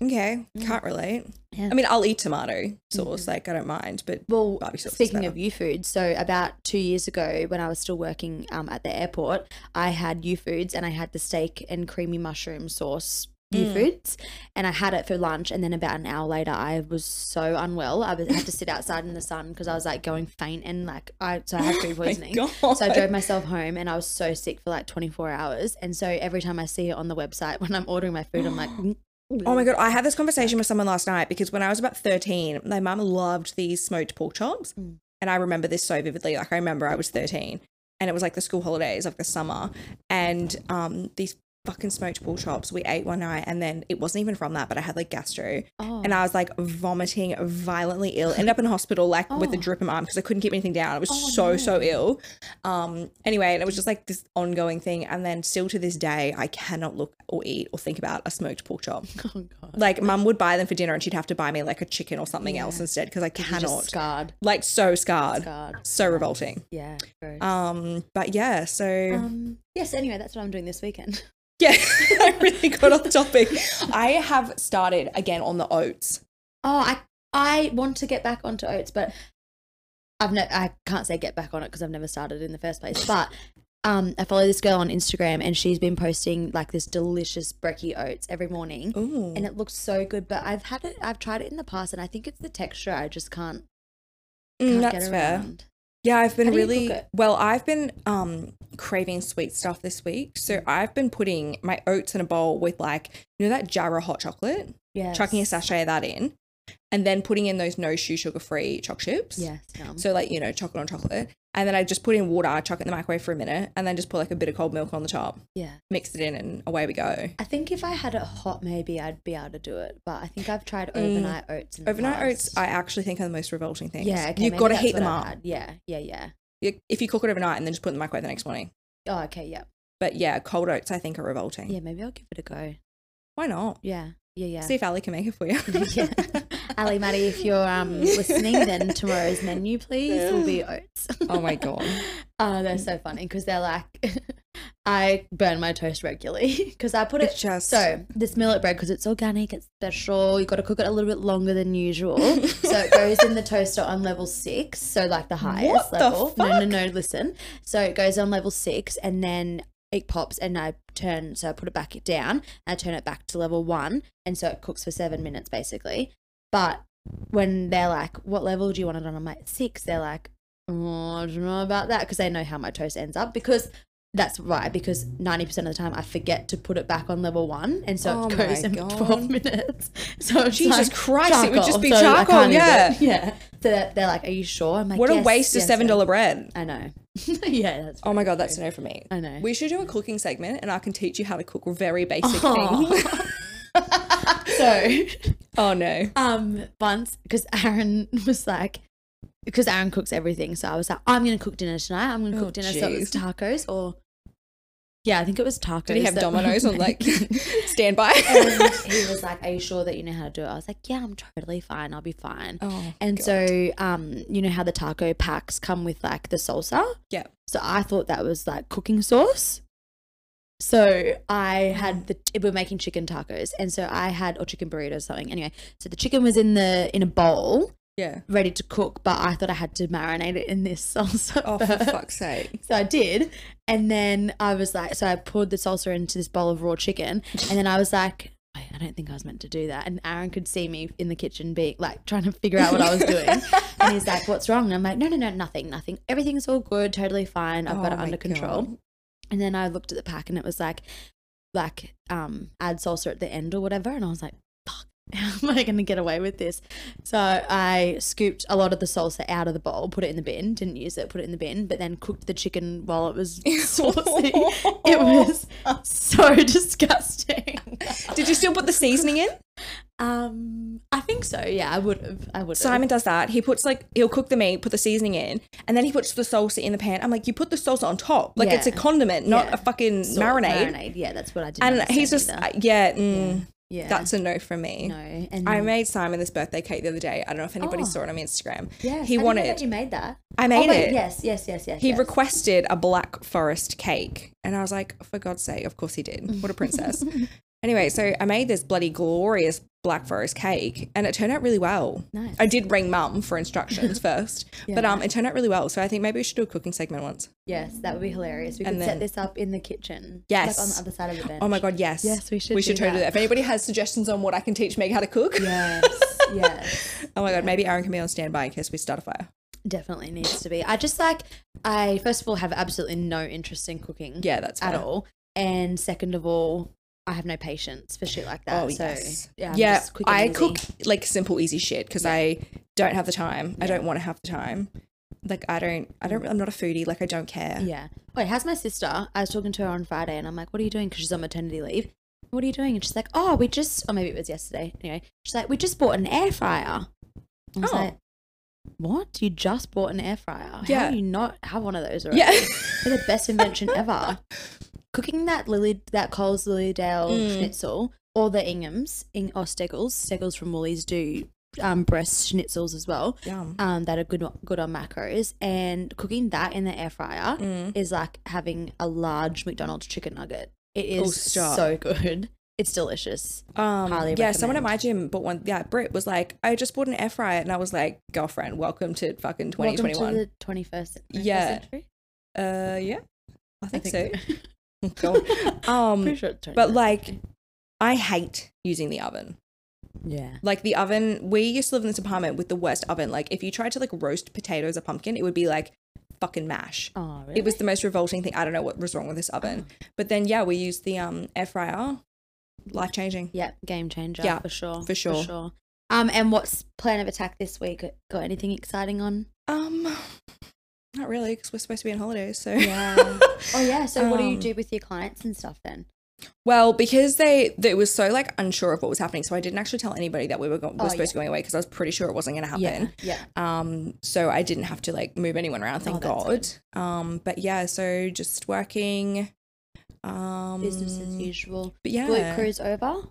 [SPEAKER 2] Okay,
[SPEAKER 1] Mm.
[SPEAKER 2] can't relate.
[SPEAKER 1] Yeah. Mm-hmm.
[SPEAKER 2] I mean, I'll eat tomato sauce, like I don't mind, but
[SPEAKER 1] Well,
[SPEAKER 2] Barbecue sauce is
[SPEAKER 1] speaking of
[SPEAKER 2] better.
[SPEAKER 1] U Foods, so about two years ago, when I was still working um, at the airport, I had U Foods and I had the steak and creamy mushroom sauce U
[SPEAKER 2] Mm.
[SPEAKER 1] Foods, and I had it for lunch. And then about an hour later, I was so unwell. I was, had to sit outside in the sun because I was like going faint and like I so I had food
[SPEAKER 2] (laughs) My
[SPEAKER 1] poisoning.
[SPEAKER 2] God.
[SPEAKER 1] So I drove myself home and I was so sick for like 24 hours. And so every time I see it on the website when I'm ordering my food, I'm like,
[SPEAKER 2] (gasps)
[SPEAKER 1] "Mm,
[SPEAKER 2] Oh my god, I had this conversation with someone last night because when I was about 13, my mum loved these smoked pork chops.
[SPEAKER 1] Mm.
[SPEAKER 2] And I remember this so vividly. Like I remember I was 13 and it was like the school holidays, like the summer. And um these fucking smoked pork chops we ate one night and then it wasn't even from that, but I had like gastro.
[SPEAKER 1] Oh.
[SPEAKER 2] And I was like vomiting violently ill. Ended up in hospital like with a
[SPEAKER 1] Oh.
[SPEAKER 2] drip in my arm because I couldn't keep anything down. I was
[SPEAKER 1] Oh,
[SPEAKER 2] so, so
[SPEAKER 1] no.
[SPEAKER 2] ill. Um anyway, and it was just like this ongoing thing. And then still to this day, I cannot look or eat or think about a smoked pork chop
[SPEAKER 1] oh (laughs) God.
[SPEAKER 2] like mum would buy them for dinner and she'd have to buy me like a chicken or something else instead because I
[SPEAKER 1] You're just
[SPEAKER 2] cannot
[SPEAKER 1] scarred.
[SPEAKER 2] like so scarred
[SPEAKER 1] Scarred.
[SPEAKER 2] so revolting
[SPEAKER 1] Yeah. gross.
[SPEAKER 2] um but yeah so
[SPEAKER 1] Um, yes, anyway, that's what I'm doing this weekend.
[SPEAKER 2] (laughs)
[SPEAKER 1] (laughs)
[SPEAKER 2] yeah I really got off topic I have started again on the oats
[SPEAKER 1] Oh, I I want to get back onto oats, but I've no I can't say get back on it because I've never started in the first place. But um, I follow this girl on Instagram and she's been posting like this delicious brekkie oats every morning,
[SPEAKER 2] Ooh.
[SPEAKER 1] and it looks so good. But I've had it, I've tried it in the past, and I think it's the texture I just can't,
[SPEAKER 2] Mm,
[SPEAKER 1] can't
[SPEAKER 2] that's
[SPEAKER 1] get
[SPEAKER 2] fair
[SPEAKER 1] around.
[SPEAKER 2] yeah I've been
[SPEAKER 1] How do you
[SPEAKER 2] really
[SPEAKER 1] cook it?
[SPEAKER 2] well I've been um craving sweet stuff this week
[SPEAKER 1] Mm-hmm.
[SPEAKER 2] so I've been putting my oats in a bowl with like you know that jar of hot chocolate
[SPEAKER 1] Yeah,
[SPEAKER 2] chucking a sachet of that in and then putting in those no shoe sugar free choc chips
[SPEAKER 1] Yes, yum.
[SPEAKER 2] So like, you know, chocolate on chocolate. And then I just put in water, chuck it in the microwave for a minute, and then just put like a bit of cold milk on the top,
[SPEAKER 1] yeah.
[SPEAKER 2] mix it in and away we go.
[SPEAKER 1] I think if I had it hot, maybe I'd be able to do it. But I think I've tried overnight oats. In the
[SPEAKER 2] Mm. Overnight oats
[SPEAKER 1] past.
[SPEAKER 2] I actually think are the most revolting things.
[SPEAKER 1] Yeah, okay,
[SPEAKER 2] You've
[SPEAKER 1] maybe
[SPEAKER 2] got to
[SPEAKER 1] that's
[SPEAKER 2] heat
[SPEAKER 1] what
[SPEAKER 2] them
[SPEAKER 1] I've
[SPEAKER 2] up.
[SPEAKER 1] had. Yeah, yeah, yeah.
[SPEAKER 2] You- If you cook it overnight and then just put it in the microwave the next morning.
[SPEAKER 1] Oh, okay, yeah,
[SPEAKER 2] But yeah, cold oats I think are revolting.
[SPEAKER 1] yeah. Maybe I'll give it a go.
[SPEAKER 2] Why not?
[SPEAKER 1] Yeah, yeah, yeah.
[SPEAKER 2] (laughs) See if Ali can make it for you.
[SPEAKER 1] (laughs) yeah. Ali Maddie, if you're um, listening, then tomorrow's menu, please, will
[SPEAKER 2] (laughs)
[SPEAKER 1] be oats. (laughs)
[SPEAKER 2] Oh my god.
[SPEAKER 1] Oh, they're so funny because they're like, (laughs) I burn my toast regularly (laughs) because I put it.
[SPEAKER 2] It's just
[SPEAKER 1] So this millet bread because it's organic, it's special. You got to cook it a little bit longer than
[SPEAKER 2] (laughs)
[SPEAKER 1] usual, so it goes in the toaster on level six, so like the highest
[SPEAKER 2] What the
[SPEAKER 1] level. No, no, no. Listen, so it goes on level six, and then it pops, and I turn. So I put it back down, and I turn it back to level one, and so it cooks for seven minutes basically. But when they're like, "What level do you want it on?" I'm like six. They're like, "Oh, I don't know about that," because they know how my toast ends up because that's why, because 90% of the time I forget to put it back on level one. And so
[SPEAKER 2] Oh
[SPEAKER 1] it goes
[SPEAKER 2] my
[SPEAKER 1] in
[SPEAKER 2] God.
[SPEAKER 1] 12 (laughs) minutes. So it's
[SPEAKER 2] Jesus
[SPEAKER 1] like
[SPEAKER 2] Christ, it would just be
[SPEAKER 1] so I
[SPEAKER 2] charcoal.
[SPEAKER 1] can't eat
[SPEAKER 2] yeah.
[SPEAKER 1] it. (laughs) Yeah. So that- they're like, Are you sure? I'm like,
[SPEAKER 2] What a
[SPEAKER 1] "Yes,
[SPEAKER 2] waste
[SPEAKER 1] yes,
[SPEAKER 2] of seven
[SPEAKER 1] yes."
[SPEAKER 2] dollar bread.
[SPEAKER 1] I know. (laughs) yeah. That's
[SPEAKER 2] Oh my god, that's a no for me.
[SPEAKER 1] I know.
[SPEAKER 2] We should do a cooking segment and I can teach you how to cook very
[SPEAKER 1] (laughs)
[SPEAKER 2] basic
[SPEAKER 1] Aw.
[SPEAKER 2] things.
[SPEAKER 1] so
[SPEAKER 2] Oh no.
[SPEAKER 1] um once because Aaron (laughs) was like because Aaron cooks everything, so I was like, I'm gonna cook dinner tonight. I'm gonna cook
[SPEAKER 2] Oh,
[SPEAKER 1] dinner. So it was
[SPEAKER 2] jeez.
[SPEAKER 1] tacos or yeah, I think it was tacos.
[SPEAKER 2] Did he
[SPEAKER 1] (laughs)
[SPEAKER 2] have
[SPEAKER 1] that-
[SPEAKER 2] dominoes on like (laughs) standby?
[SPEAKER 1] (laughs) and he was like, "Are you sure that you know how to do it?" I was like, "Yeah, I'm totally fine. I'll be fine."
[SPEAKER 2] oh,
[SPEAKER 1] and
[SPEAKER 2] God.
[SPEAKER 1] so, um, you know how the taco packs come with like the salsa?
[SPEAKER 2] Yeah.
[SPEAKER 1] So I thought that was like cooking sauce. So I had the we were making chicken tacos, and so I had or chicken burritos or something. Anyway, so the chicken was in the in a bowl
[SPEAKER 2] Yeah.
[SPEAKER 1] ready to cook, but I thought I had to marinate it in this (laughs) salsa.
[SPEAKER 2] Oh,
[SPEAKER 1] (laughs)
[SPEAKER 2] for
[SPEAKER 1] first.
[SPEAKER 2] fuck's sake.
[SPEAKER 1] So I did. And then I was like, so I poured the salsa into this bowl of raw chicken. And then I was like, "Wait, I don't think I was meant to do that. And Aaron could see me in the kitchen being like trying to figure out what I was
[SPEAKER 2] (laughs)
[SPEAKER 1] doing. and he's like, what's wrong? And I'm like, no, no, no, nothing, nothing. Everything's all good, totally fine. I've got
[SPEAKER 2] Oh
[SPEAKER 1] it
[SPEAKER 2] my
[SPEAKER 1] under control.
[SPEAKER 2] God.
[SPEAKER 1] And then I looked at the pack and it was like, like, um, add salsa at the end or whatever. And I was like, fuck, how (laughs) am I going to get away with this? So I scooped a lot of the salsa out of the bowl, put it in the bin, didn't use it, put it in the bin, but then cooked the chicken while it
[SPEAKER 2] (laughs)
[SPEAKER 1] was saucy. it was so disgusting.
[SPEAKER 2] Did you still put the seasoning in?
[SPEAKER 1] Um, I think so. Yeah, I would have. I would have.
[SPEAKER 2] Simon does that. He puts like he'll cook the meat, put the seasoning in, and then he puts the salsa in the pan. I'm like, you put the salsa on top. Like it's a
[SPEAKER 1] Yeah.
[SPEAKER 2] condiment, not
[SPEAKER 1] Yeah.
[SPEAKER 2] a fucking
[SPEAKER 1] Salt,
[SPEAKER 2] marinade.
[SPEAKER 1] Marinade. Yeah, that's what I did.
[SPEAKER 2] And he's just yeah, mm,
[SPEAKER 1] yeah.
[SPEAKER 2] that's a no from me.
[SPEAKER 1] no. And
[SPEAKER 2] I made Simon this birthday cake the other day. I don't know if anybody
[SPEAKER 1] Mm. Oh.
[SPEAKER 2] saw it on Instagram.
[SPEAKER 1] yes,
[SPEAKER 2] he
[SPEAKER 1] I didn't know
[SPEAKER 2] wanted-
[SPEAKER 1] that you made that.
[SPEAKER 2] I made
[SPEAKER 1] oh, wait,
[SPEAKER 2] it.
[SPEAKER 1] Yes, yes, yes, yes.
[SPEAKER 2] He
[SPEAKER 1] yes.
[SPEAKER 2] requested a black forest cake, and I was like, for God's sake, of course he did. What
[SPEAKER 1] (laughs)
[SPEAKER 2] a princess. anyway, so I made this bloody glorious black forest cake, and it turned out really well.
[SPEAKER 1] Nice.
[SPEAKER 2] I did ring mum
[SPEAKER 1] (laughs)
[SPEAKER 2] for instructions first, but
[SPEAKER 1] Yeah.
[SPEAKER 2] um, it turned out really well. So I think maybe we should do a cooking segment once.
[SPEAKER 1] Yes, that would be hilarious. We
[SPEAKER 2] And
[SPEAKER 1] could
[SPEAKER 2] then-
[SPEAKER 1] set this up in the kitchen.
[SPEAKER 2] Yes.
[SPEAKER 1] Like on the other side of the bench.
[SPEAKER 2] Oh my god, yes.
[SPEAKER 1] Yes, we should
[SPEAKER 2] We should
[SPEAKER 1] do
[SPEAKER 2] totally do that.
[SPEAKER 1] that.
[SPEAKER 2] If anybody has suggestions on what I can teach Meg how to cook,
[SPEAKER 1] Yes. yes.
[SPEAKER 2] (laughs) oh my god, maybe Aaron can be on standby in case we start a fire.
[SPEAKER 1] Definitely needs to be. I just like I first of all have absolutely no interest in cooking
[SPEAKER 2] Yeah, that's
[SPEAKER 1] at
[SPEAKER 2] fair.
[SPEAKER 1] all. And second of all, I have no patience for shit like that.
[SPEAKER 2] Oh
[SPEAKER 1] so
[SPEAKER 2] yes,
[SPEAKER 1] yeah,
[SPEAKER 2] yeah.
[SPEAKER 1] I'm just quick and
[SPEAKER 2] I
[SPEAKER 1] easy.
[SPEAKER 2] cook like simple, easy shit because I don't have the time. I don't want to have the time. Like I don't, I don't. I'm not a foodie. Like I don't care.
[SPEAKER 1] Yeah. Wait, how's my sister? I was talking to her on Friday and I'm like, what are you doing? Because she's on maternity leave. What are you doing? And she's like, oh, we just, or maybe it was yesterday. Anyway, she's like, we just bought an air fryer. I was
[SPEAKER 2] Oh.
[SPEAKER 1] like, what? You just bought an air fryer? How
[SPEAKER 2] Yeah.
[SPEAKER 1] do you not have one of those already?
[SPEAKER 2] (laughs) Yeah.
[SPEAKER 1] They're the best
[SPEAKER 2] (laughs)
[SPEAKER 1] invention ever. Cooking that Lily, that Coles Lilydale
[SPEAKER 2] Mm.
[SPEAKER 1] schnitzel or the Inghams in, or Steggles, Steggles from Woolies do um, breast schnitzels as well
[SPEAKER 2] Yum.
[SPEAKER 1] um, that are good good on macros, and cooking that in the air fryer
[SPEAKER 2] Mm.
[SPEAKER 1] is like having a large McDonald's chicken nugget. It is
[SPEAKER 2] Oh, stop.
[SPEAKER 1] so good. It's delicious.
[SPEAKER 2] Um, yeah,
[SPEAKER 1] highly
[SPEAKER 2] someone at my gym bought one. Yeah, Brit was like, I just bought an air fryer, and I was like, girlfriend, welcome to fucking
[SPEAKER 1] Welcome
[SPEAKER 2] 2021.
[SPEAKER 1] to the twenty first
[SPEAKER 2] Yeah.
[SPEAKER 1] century.
[SPEAKER 2] uh, yeah, I think,
[SPEAKER 1] so.
[SPEAKER 2] so.
[SPEAKER 1] (laughs)
[SPEAKER 2] (laughs) God. um,
[SPEAKER 1] Pretty sure it's 21st
[SPEAKER 2] but like,
[SPEAKER 1] century.
[SPEAKER 2] I hate using the oven.
[SPEAKER 1] yeah,
[SPEAKER 2] Like the oven, we used to live in this apartment with the worst oven. Like if you tried to like roast potatoes or pumpkin, it would be like fucking mash.
[SPEAKER 1] oh, really?
[SPEAKER 2] It was the most revolting thing. I don't know what was wrong with this oven.
[SPEAKER 1] Oh.
[SPEAKER 2] But then yeah, we used the um air fryer. Life changing.
[SPEAKER 1] yeah, game changer.
[SPEAKER 2] Yeah,
[SPEAKER 1] for sure,
[SPEAKER 2] for sure.
[SPEAKER 1] for sure. Um, and what's plan of attack this week? Got anything exciting on?
[SPEAKER 2] Um not really, because we're supposed to be on holidays, so
[SPEAKER 1] Yeah. (laughs) oh yeah. So what do you
[SPEAKER 2] Um,
[SPEAKER 1] do with your clients and stuff then?
[SPEAKER 2] (laughs) Well, because they, they it was so like unsure of what was happening, so I didn't actually tell anybody that we were, go- were
[SPEAKER 1] Oh,
[SPEAKER 2] supposed
[SPEAKER 1] yeah.
[SPEAKER 2] to be going away because I was pretty sure it wasn't going to happen.
[SPEAKER 1] Yeah, yeah.
[SPEAKER 2] um so i didn't have to like move anyone around thank
[SPEAKER 1] Oh,
[SPEAKER 2] god
[SPEAKER 1] that's
[SPEAKER 2] um but yeah so just working um
[SPEAKER 1] Um, Business as usual.
[SPEAKER 2] but yeah
[SPEAKER 1] Blue cruise over.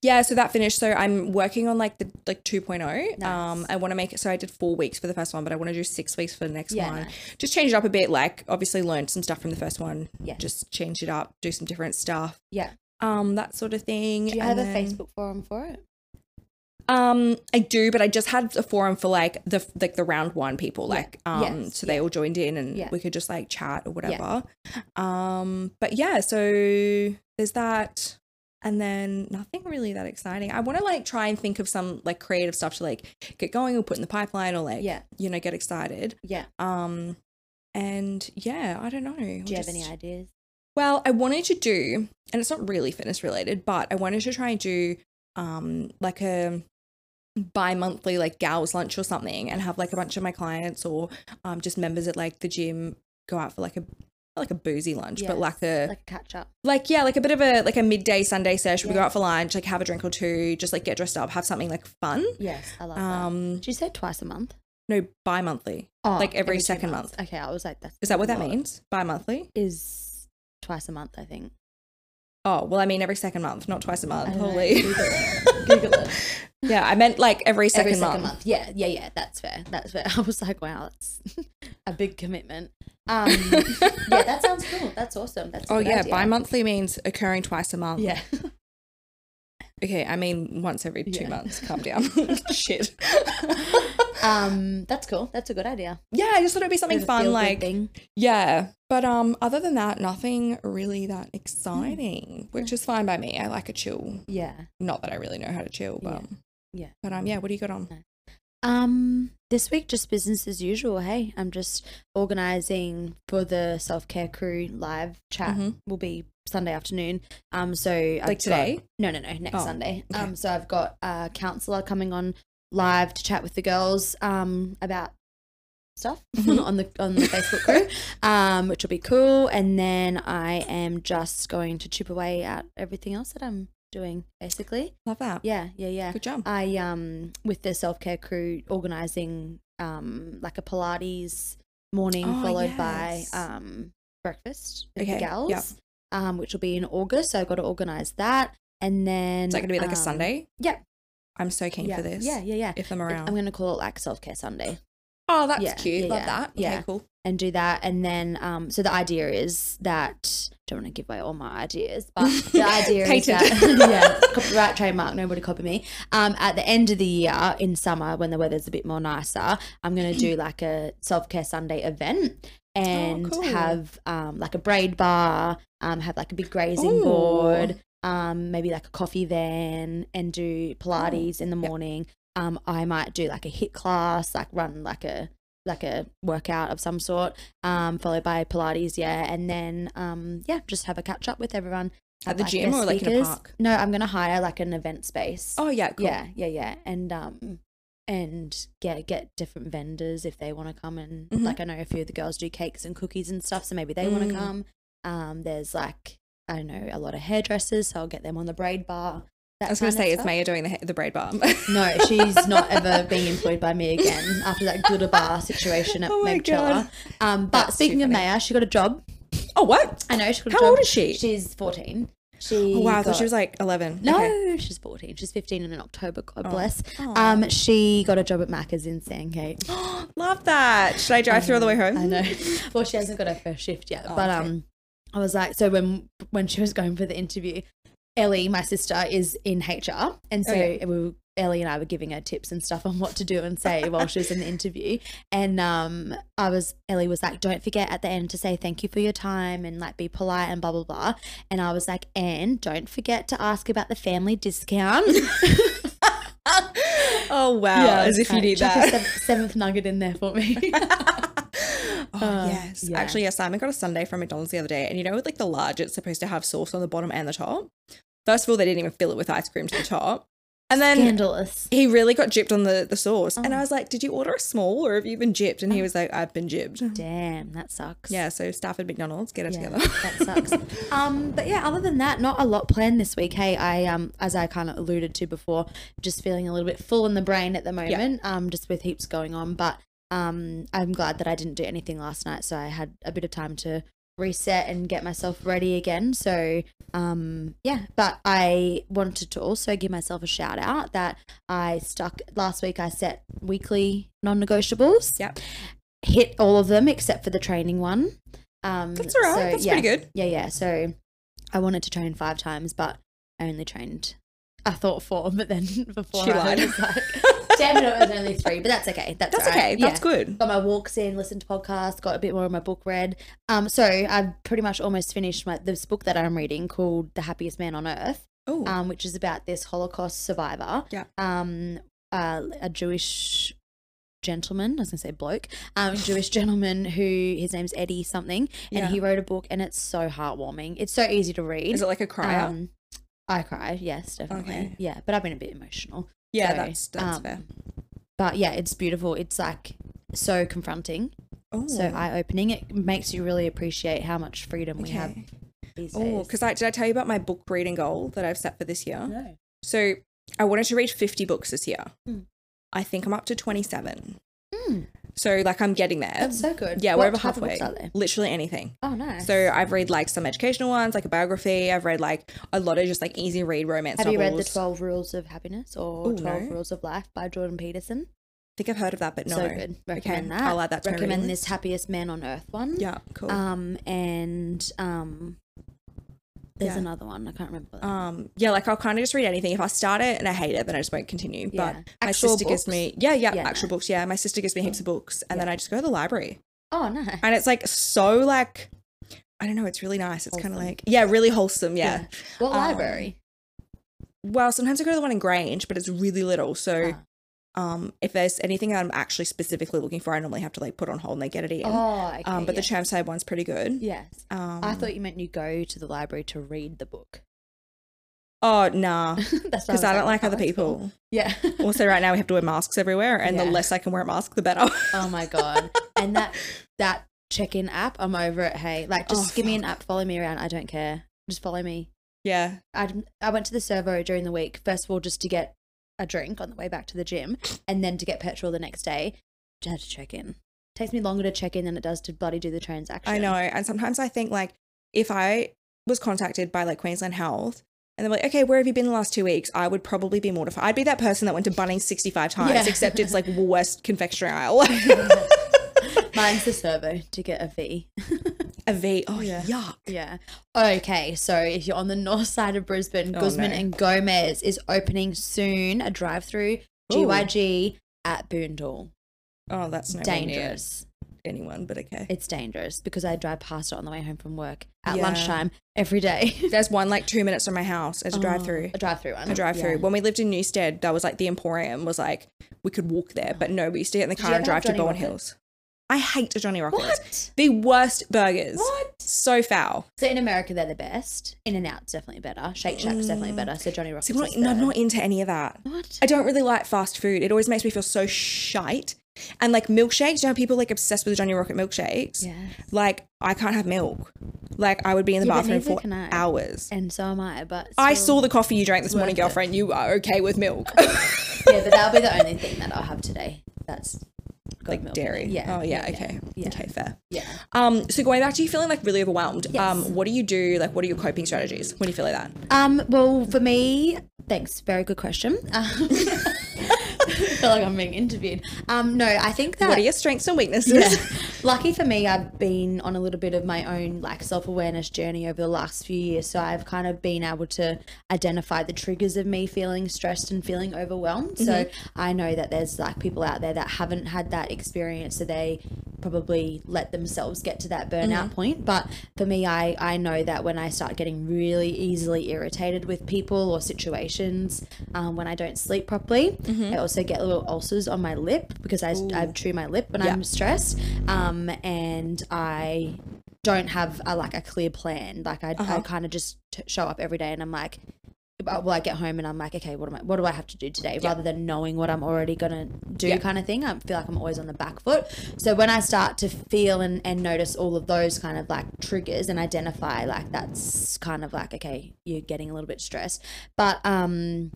[SPEAKER 2] Yeah, so that finished. So I'm working on like the like 2.0. Um
[SPEAKER 1] Nice.
[SPEAKER 2] I want to make it so I did 4 weeks for the first one, but I want to do 6 weeks for the next
[SPEAKER 1] Yeah,
[SPEAKER 2] one.
[SPEAKER 1] nice.
[SPEAKER 2] Just change it up a bit like obviously learned some stuff from the first one.
[SPEAKER 1] Yes.
[SPEAKER 2] Just change it up, do some different stuff.
[SPEAKER 1] Yeah.
[SPEAKER 2] Um that sort of thing.
[SPEAKER 1] Do you
[SPEAKER 2] And
[SPEAKER 1] have
[SPEAKER 2] then-
[SPEAKER 1] a Facebook forum for it?
[SPEAKER 2] Um I do, but I just had a forum for like the like the round 1 people
[SPEAKER 1] Yeah.
[SPEAKER 2] like um
[SPEAKER 1] Yes,
[SPEAKER 2] so they all joined in and
[SPEAKER 1] Yeah.
[SPEAKER 2] we could just like chat or whatever. Um but yeah, so there's that and then nothing really that exciting. I want to like try and think of some like creative stuff to like get going or put in the pipeline or like
[SPEAKER 1] Yeah.
[SPEAKER 2] you know get excited.
[SPEAKER 1] Yeah.
[SPEAKER 2] Um and yeah, I don't know. Do
[SPEAKER 1] Do you have any ideas?
[SPEAKER 2] Well, I wanted to do, and it's not really fitness related, but I wanted to try and do um like a bi-monthly like gals lunch or something and have like a bunch of my clients or um just members at like the gym go out for like a not like a boozy lunch
[SPEAKER 1] Yes,
[SPEAKER 2] but like a
[SPEAKER 1] Like a catch up.
[SPEAKER 2] like yeah like a bit of a like a midday sunday sesh we go
[SPEAKER 1] Yeah.
[SPEAKER 2] out for lunch like have a drink or two just like get dressed up have something like fun
[SPEAKER 1] Yes, I love that.
[SPEAKER 2] um
[SPEAKER 1] Did you say twice a month?
[SPEAKER 2] no bi-monthly
[SPEAKER 1] Oh,
[SPEAKER 2] like every
[SPEAKER 1] two
[SPEAKER 2] second
[SPEAKER 1] months.
[SPEAKER 2] month.
[SPEAKER 1] Okay, I was like, that's
[SPEAKER 2] is that what that
[SPEAKER 1] lot.
[SPEAKER 2] means bi-monthly
[SPEAKER 1] Is twice a month, I think.
[SPEAKER 2] oh well i mean every second month not twice a month
[SPEAKER 1] I don't know.
[SPEAKER 2] holy
[SPEAKER 1] Google (laughs) it. Google it.
[SPEAKER 2] yeah i meant like every second,
[SPEAKER 1] every second
[SPEAKER 2] month.
[SPEAKER 1] month. Yeah, yeah, yeah. That's fair. That's fair. (laughs) I was like, wow, it's (laughs) a big commitment.
[SPEAKER 2] (laughs)
[SPEAKER 1] Um, yeah, that sounds cool. That's awesome. That's a
[SPEAKER 2] oh
[SPEAKER 1] good
[SPEAKER 2] yeah
[SPEAKER 1] idea.
[SPEAKER 2] bi-monthly means occurring twice a month
[SPEAKER 1] Yeah, (laughs)
[SPEAKER 2] okay i mean once every two
[SPEAKER 1] Yeah.
[SPEAKER 2] months calm
[SPEAKER 1] (laughs)
[SPEAKER 2] down shit
[SPEAKER 1] um, that's cool. That's a good idea.
[SPEAKER 2] (laughs) yeah i just thought it'd be something
[SPEAKER 1] Bit of a
[SPEAKER 2] fun
[SPEAKER 1] feel-good
[SPEAKER 2] like
[SPEAKER 1] thing.
[SPEAKER 2] yeah but um other than that nothing really that
[SPEAKER 1] Mm.
[SPEAKER 2] exciting which is fine by me i like a chill
[SPEAKER 1] Yeah.
[SPEAKER 2] not that I really know how to chill,
[SPEAKER 1] Yeah.
[SPEAKER 2] but
[SPEAKER 1] Yeah.
[SPEAKER 2] But um, yeah. What do you got on?
[SPEAKER 1] Um, this week just business as usual. Hey, I'm just organizing for the self care crew live chat.
[SPEAKER 2] Mhm.
[SPEAKER 1] Will be Sunday afternoon. Um, so I've
[SPEAKER 2] Like today?
[SPEAKER 1] got- no, no, no, next
[SPEAKER 2] Oh,
[SPEAKER 1] Sunday.
[SPEAKER 2] okay.
[SPEAKER 1] Um, so I've got a counselor coming on live to chat with the girls. Um, about stuff (laughs)
[SPEAKER 2] Mhm.
[SPEAKER 1] on the on the Facebook crew.
[SPEAKER 2] (laughs)
[SPEAKER 1] Um, which will be cool. And then I am just going to chip away at everything else that I'm doing. Basically,
[SPEAKER 2] Love that.
[SPEAKER 1] yeah, yeah, yeah.
[SPEAKER 2] Good job.
[SPEAKER 1] I um with the self care crew organizing um like a Pilates morning
[SPEAKER 2] Oh,
[SPEAKER 1] followed
[SPEAKER 2] yes.
[SPEAKER 1] by um breakfast with
[SPEAKER 2] Okay,
[SPEAKER 1] the
[SPEAKER 2] yeah.
[SPEAKER 1] gals, um which will be in August. So I've got to organize that, and then
[SPEAKER 2] Is that gonna be like a
[SPEAKER 1] um,
[SPEAKER 2] Sunday?
[SPEAKER 1] yeah.
[SPEAKER 2] I'm so keen
[SPEAKER 1] Yeah,
[SPEAKER 2] for this.
[SPEAKER 1] yeah, yeah, yeah.
[SPEAKER 2] If I'm
[SPEAKER 1] It-
[SPEAKER 2] around.
[SPEAKER 1] I'm gonna call it like self care Sunday
[SPEAKER 2] oh, that's
[SPEAKER 1] yeah,
[SPEAKER 2] cute.
[SPEAKER 1] yeah,
[SPEAKER 2] Love
[SPEAKER 1] yeah,
[SPEAKER 2] that. Okay,
[SPEAKER 1] yeah.
[SPEAKER 2] cool.
[SPEAKER 1] and do that, and then um so the idea is that don't want to give away all my ideas, but
[SPEAKER 2] (laughs)
[SPEAKER 1] the idea is
[SPEAKER 2] Patent.
[SPEAKER 1] that
[SPEAKER 2] (laughs)
[SPEAKER 1] yeah, copyright trademark, nobody copy me. Um, at the end of the year in summer when the weather's a bit more nicer, I'm gonna do like a self care Sunday event and
[SPEAKER 2] Oh, cool.
[SPEAKER 1] have um like a braid bar, um have like a big grazing
[SPEAKER 2] Ooh.
[SPEAKER 1] board, um maybe like a coffee van, and do Pilates in the morning. Um, I might do like a hit class, like run like a like a workout of some sort, um, followed by Pilates, yeah, and then um, yeah, just have a catch up with everyone
[SPEAKER 2] At the
[SPEAKER 1] like
[SPEAKER 2] gym
[SPEAKER 1] their
[SPEAKER 2] or like in a
[SPEAKER 1] speakers.
[SPEAKER 2] park.
[SPEAKER 1] No, I'm gonna hire like an event space.
[SPEAKER 2] Oh yeah, cool.
[SPEAKER 1] yeah, yeah, yeah, and um, and get get different vendors if they want to come and
[SPEAKER 2] Mhm.
[SPEAKER 1] like I know a few of the girls do cakes and cookies and stuff, so maybe they want
[SPEAKER 2] Mm.
[SPEAKER 1] to come. Um, there's like I don't know a lot of hairdressers, so I'll get them on the braid bar. That
[SPEAKER 2] I was gonna
[SPEAKER 1] kind of
[SPEAKER 2] say it's
[SPEAKER 1] stuff.
[SPEAKER 2] Maya doing the, ha- the braid bar.
[SPEAKER 1] No, she's not ever being employed by me again after that glitter bar situation at
[SPEAKER 2] Oh my
[SPEAKER 1] Meg Megchella.
[SPEAKER 2] God.
[SPEAKER 1] Um, but
[SPEAKER 2] That's too
[SPEAKER 1] speaking of
[SPEAKER 2] funny.
[SPEAKER 1] Maya, she got a job.
[SPEAKER 2] (laughs) oh what?
[SPEAKER 1] I know she got a
[SPEAKER 2] How
[SPEAKER 1] job.
[SPEAKER 2] old is she?
[SPEAKER 1] She's 14. She
[SPEAKER 2] Oh, wow, I
[SPEAKER 1] got,
[SPEAKER 2] thought she was like 11.
[SPEAKER 1] no,
[SPEAKER 2] Okay. Oh.
[SPEAKER 1] she's 14. She's 15 in October. God bless.
[SPEAKER 2] Aw.
[SPEAKER 1] Um, she got a job at Macca's in Sandgate.
[SPEAKER 2] (gasps) Love that. Should I drive through all the way
[SPEAKER 1] (gasps)
[SPEAKER 2] home?
[SPEAKER 1] I know. (laughs) Well, she hasn't got her first shift yet,
[SPEAKER 2] Oh,
[SPEAKER 1] but
[SPEAKER 2] okay.
[SPEAKER 1] um, I was like, so when when she was going for the interview, Ellie, my sister, is in HR, and so
[SPEAKER 2] Okay.
[SPEAKER 1] we were, Ellie and I were giving her tips and stuff on what to do and say while she was in the interview, and um, I was Ellie was like, don't forget at the end to say thank you for your time and like be polite and blah blah blah, and I was like, and don't forget to ask about the family
[SPEAKER 2] (laughs)
[SPEAKER 1] discount.
[SPEAKER 2] Oh wow.
[SPEAKER 1] I was
[SPEAKER 2] As if you
[SPEAKER 1] like,
[SPEAKER 2] need
[SPEAKER 1] chuck a
[SPEAKER 2] (gasps) that.
[SPEAKER 1] sev- seventh nugget in there for
[SPEAKER 2] (laughs)
[SPEAKER 1] me.
[SPEAKER 2] Oh,
[SPEAKER 1] Uh,
[SPEAKER 2] yes.
[SPEAKER 1] yeah.
[SPEAKER 2] Actually, yes, Simon got a Sunday from McDonald's the other day. And you know, with like the large, it's supposed to have sauce on the bottom and the top. First of all, they didn't even fill it with ice cream to the top. And then
[SPEAKER 1] Scandalous.
[SPEAKER 2] he really got gypped on the, the sauce.
[SPEAKER 1] Oh.
[SPEAKER 2] And I was like, Did you order a small or have you been gypped? And he was like, I've been gypped.
[SPEAKER 1] Damn, that sucks.
[SPEAKER 2] Yeah, so staff at McDonald's, get it
[SPEAKER 1] Oh. Yeah,
[SPEAKER 2] together.
[SPEAKER 1] (laughs)
[SPEAKER 2] (laughs)
[SPEAKER 1] that sucks. um, but yeah, other than that, not a lot planned this week. Hey, I um, as I kind of alluded to before, just feeling a little bit full in the brain at the moment. Um, just with heaps going on, but um, I'm glad that I didn't do anything last night, so I had a bit of time to reset and get myself ready again. So, um, yeah, but I wanted to also give myself a shout out that I stuck last week. I set weekly non negotiables.
[SPEAKER 2] Yep.
[SPEAKER 1] Hit all of them except for the training one. Um,
[SPEAKER 2] That's all right.
[SPEAKER 1] so,
[SPEAKER 2] That's
[SPEAKER 1] yeah.
[SPEAKER 2] pretty good.
[SPEAKER 1] Yeah, yeah. So I wanted to train five times, but I only trained. I thought four, but then (laughs) before
[SPEAKER 2] She
[SPEAKER 1] I
[SPEAKER 2] lied.
[SPEAKER 1] was
[SPEAKER 2] (laughs)
[SPEAKER 1] like, damn it, it was only three. But that's okay. That's,
[SPEAKER 2] That's
[SPEAKER 1] all right.
[SPEAKER 2] okay.
[SPEAKER 1] Yeah.
[SPEAKER 2] That's good.
[SPEAKER 1] Got my walks in, listened to podcasts, got a bit more of my book read. Um, so I've pretty much almost finished my this book that I'm reading called The Happiest Man on Earth,
[SPEAKER 2] Oh,
[SPEAKER 1] um, which is about this Holocaust survivor.
[SPEAKER 2] Yeah.
[SPEAKER 1] Um, uh, a Jewish gentleman, I was gonna say bloke,
[SPEAKER 2] (laughs)
[SPEAKER 1] um, Jewish gentleman who his name's Eddie something, and
[SPEAKER 2] Yeah.
[SPEAKER 1] he wrote a book, and it's so heartwarming. It's so easy to read.
[SPEAKER 2] is it like a cry out?
[SPEAKER 1] Um, I cried, yes, definitely.
[SPEAKER 2] Okay.
[SPEAKER 1] Yeah, but I've been a bit emotional.
[SPEAKER 2] Yeah,
[SPEAKER 1] so,
[SPEAKER 2] that's that's
[SPEAKER 1] um,
[SPEAKER 2] fair.
[SPEAKER 1] But yeah, it's beautiful. It's like so confronting
[SPEAKER 2] Oh,
[SPEAKER 1] so eye opening. It makes you really appreciate how much freedom we have
[SPEAKER 2] okay.
[SPEAKER 1] these
[SPEAKER 2] Oh,
[SPEAKER 1] days.
[SPEAKER 2] because I did I tell you about my book reading goal that I've set for this year?
[SPEAKER 1] no.
[SPEAKER 2] So I wanted to read 50 books this year.
[SPEAKER 1] Mm.
[SPEAKER 2] I think I'm up to 27.
[SPEAKER 1] Mm,
[SPEAKER 2] So like I'm getting there.
[SPEAKER 1] that's so good.
[SPEAKER 2] yeah,
[SPEAKER 1] What
[SPEAKER 2] we're over
[SPEAKER 1] type of
[SPEAKER 2] halfway.
[SPEAKER 1] books are there?
[SPEAKER 2] Literally anything.
[SPEAKER 1] Oh, nice.
[SPEAKER 2] So I've read like some educational ones, like a biography. I've read like a lot of just like easy read romance
[SPEAKER 1] have you
[SPEAKER 2] novels.
[SPEAKER 1] read the Twelve Rules of Happiness or
[SPEAKER 2] Ooh,
[SPEAKER 1] Twelve
[SPEAKER 2] Oh, no.
[SPEAKER 1] Rules of Life by Jordan Peterson?
[SPEAKER 2] I think I've heard of that, but no.
[SPEAKER 1] So good. Recommend that.
[SPEAKER 2] I'll add that to my reading
[SPEAKER 1] Recommend this
[SPEAKER 2] list.
[SPEAKER 1] Happiest Man on Earth one.
[SPEAKER 2] Yeah, cool. Um,
[SPEAKER 1] Um and um, there's
[SPEAKER 2] Yeah. Uh,
[SPEAKER 1] another one I can't remember.
[SPEAKER 2] Um, yeah, like I'll kind of just read anything. If I start it and I hate it, then I just won't continue.
[SPEAKER 1] Yeah.
[SPEAKER 2] But my
[SPEAKER 1] Actual
[SPEAKER 2] sister gives
[SPEAKER 1] books?
[SPEAKER 2] me yeah, yeah,
[SPEAKER 1] Yeah,
[SPEAKER 2] actual books. Yeah, my sister gives me heaps of books, and then I just go to the library.
[SPEAKER 1] (laughs) oh nice.
[SPEAKER 2] and it's like so like I don't know. It's really nice. It's kind of
[SPEAKER 1] Wholesome.
[SPEAKER 2] like yeah, really wholesome. Yeah.
[SPEAKER 1] Yeah. What
[SPEAKER 2] um,
[SPEAKER 1] library?
[SPEAKER 2] Well, sometimes I go to the one in Grange, but it's really little. So, um, if there's anything that I'm actually specifically looking for, I normally have to like put on hold and they get it in.
[SPEAKER 1] Oh, okay,
[SPEAKER 2] um, but
[SPEAKER 1] yeah.
[SPEAKER 2] the Chermside one's pretty good.
[SPEAKER 1] yes.
[SPEAKER 2] Um,
[SPEAKER 1] I thought you meant you go to the library to read the book. (laughs)
[SPEAKER 2] Oh nah,
[SPEAKER 1] That's why was
[SPEAKER 2] because I don't like
[SPEAKER 1] oh,
[SPEAKER 2] other
[SPEAKER 1] that's cool.
[SPEAKER 2] people.
[SPEAKER 1] Yeah. (laughs)
[SPEAKER 2] also, right now we have to wear masks everywhere, and
[SPEAKER 1] Yeah.
[SPEAKER 2] the less I can wear a mask, the better. (laughs)
[SPEAKER 1] Oh my god. and that that check-in app, I'm over it. Hey, like just
[SPEAKER 2] Oh,
[SPEAKER 1] give me an app, follow me around. I don't care. Just follow me.
[SPEAKER 2] yeah.
[SPEAKER 1] I I went to the servo during the week. First of all, just to get a drink on the way back to the gym, and then to get petrol the next day. Just had to check in. Takes me longer to check in than it does to bloody do the transaction.
[SPEAKER 2] I know. And sometimes I think like if I was contacted by like Queensland Health and they're like, okay, where have you been the last two weeks? I would probably be mortified. I'd be that person that went to Bunnings 65 times,
[SPEAKER 1] Yeah.
[SPEAKER 2] except it's
[SPEAKER 1] (laughs)
[SPEAKER 2] like Woolworths confectionery aisle.
[SPEAKER 1] (laughs) Mine's the servo to get a V.
[SPEAKER 2] A V. Oh,
[SPEAKER 1] Yeah.
[SPEAKER 2] yeah. yuck.
[SPEAKER 1] Yeah. Okay, so if you're on the north side of Brisbane,
[SPEAKER 2] Oh,
[SPEAKER 1] Guzman
[SPEAKER 2] no.
[SPEAKER 1] and Gomez is opening soon a drive-through GYG at Boondall.
[SPEAKER 2] Oh, that's no
[SPEAKER 1] dangerous.
[SPEAKER 2] dangerous. Anyone, but okay.
[SPEAKER 1] It's dangerous because I drive past it on the way home from work at
[SPEAKER 2] Yeah.
[SPEAKER 1] lunchtime every day. (laughs)
[SPEAKER 2] There's one like two minutes from my house as a drive through.
[SPEAKER 1] a drive-through one.
[SPEAKER 2] A drive through.
[SPEAKER 1] Yeah.
[SPEAKER 2] When we lived in Newstead, that was like the Emporium was like we could walk there, but no, we used to get in the
[SPEAKER 1] you
[SPEAKER 2] car and
[SPEAKER 1] ever have
[SPEAKER 2] drive to
[SPEAKER 1] Johnny
[SPEAKER 2] Bowen
[SPEAKER 1] Rockets?
[SPEAKER 2] Hills. I hate Johnny Rockets.
[SPEAKER 1] What?
[SPEAKER 2] The worst burgers.
[SPEAKER 1] What?
[SPEAKER 2] So foul.
[SPEAKER 1] So in America, they're the best. In and Out's definitely better. Shake Shack's definitely better. So Johnny Rockets.
[SPEAKER 2] Oh. See, I'm not,
[SPEAKER 1] is
[SPEAKER 2] no, I'm
[SPEAKER 1] better.
[SPEAKER 2] not into any of that.
[SPEAKER 1] What?
[SPEAKER 2] I don't really like fast food. It always makes me feel so shite. And like milkshakes, you know, how people like obsessed with Johnny Rocket milkshakes.
[SPEAKER 1] Yeah.
[SPEAKER 2] Like I can't have milk. Like I would be in the
[SPEAKER 1] Yeah, but
[SPEAKER 2] bathroom
[SPEAKER 1] neither
[SPEAKER 2] for
[SPEAKER 1] can I.
[SPEAKER 2] hours.
[SPEAKER 1] And so am I, but
[SPEAKER 2] I
[SPEAKER 1] still-
[SPEAKER 2] saw the coffee you drank this morning,
[SPEAKER 1] worth it.
[SPEAKER 2] girlfriend. You are okay with milk.
[SPEAKER 1] (laughs) yeah, but that'll be the only thing that I'll have today. That's got
[SPEAKER 2] like
[SPEAKER 1] milk in it.
[SPEAKER 2] dairy.
[SPEAKER 1] Yeah.
[SPEAKER 2] Oh yeah. Okay.
[SPEAKER 1] Yeah.
[SPEAKER 2] Okay. Fair.
[SPEAKER 1] Yeah.
[SPEAKER 2] Um. So going back to you feeling like really overwhelmed.
[SPEAKER 1] Yes.
[SPEAKER 2] Um. What do you do? Like, what are your coping strategies when you feel like that?
[SPEAKER 1] Um. Well, for me, thanks. Very good question. Um, (laughs) I feel like I'm being interviewed. Um. No, I think that.
[SPEAKER 2] What are your strengths and weaknesses? (laughs)
[SPEAKER 1] Yeah. (laughs) Lucky for me, I've been on a little bit of my own like self awareness journey over the last few years. So I've kind of been able to identify the triggers of me feeling stressed and feeling overwhelmed. So I know that there's like people out there that haven't had that experience. So they probably let themselves get to that burnout point. But for me, I, I know that when I start getting really easily irritated with people or situations, um, when I don't sleep properly, I also get little ulcers on my lip because I, I chew my lip when
[SPEAKER 2] Yeah.
[SPEAKER 1] I'm stressed. Um, and I don't have a, like a clear plan. Like I, I kind of just t- show up every day and I'm like, well, I get home and I'm like, okay, what am I? What do I have to do today? Rather than knowing what I'm already gonna do,
[SPEAKER 2] Yeah.
[SPEAKER 1] kind of thing. I feel like I'm always on the back foot. So when I start to feel and, and notice all of those kind of like triggers and identify, like that's kind of like okay, you're getting a little bit stressed. But um,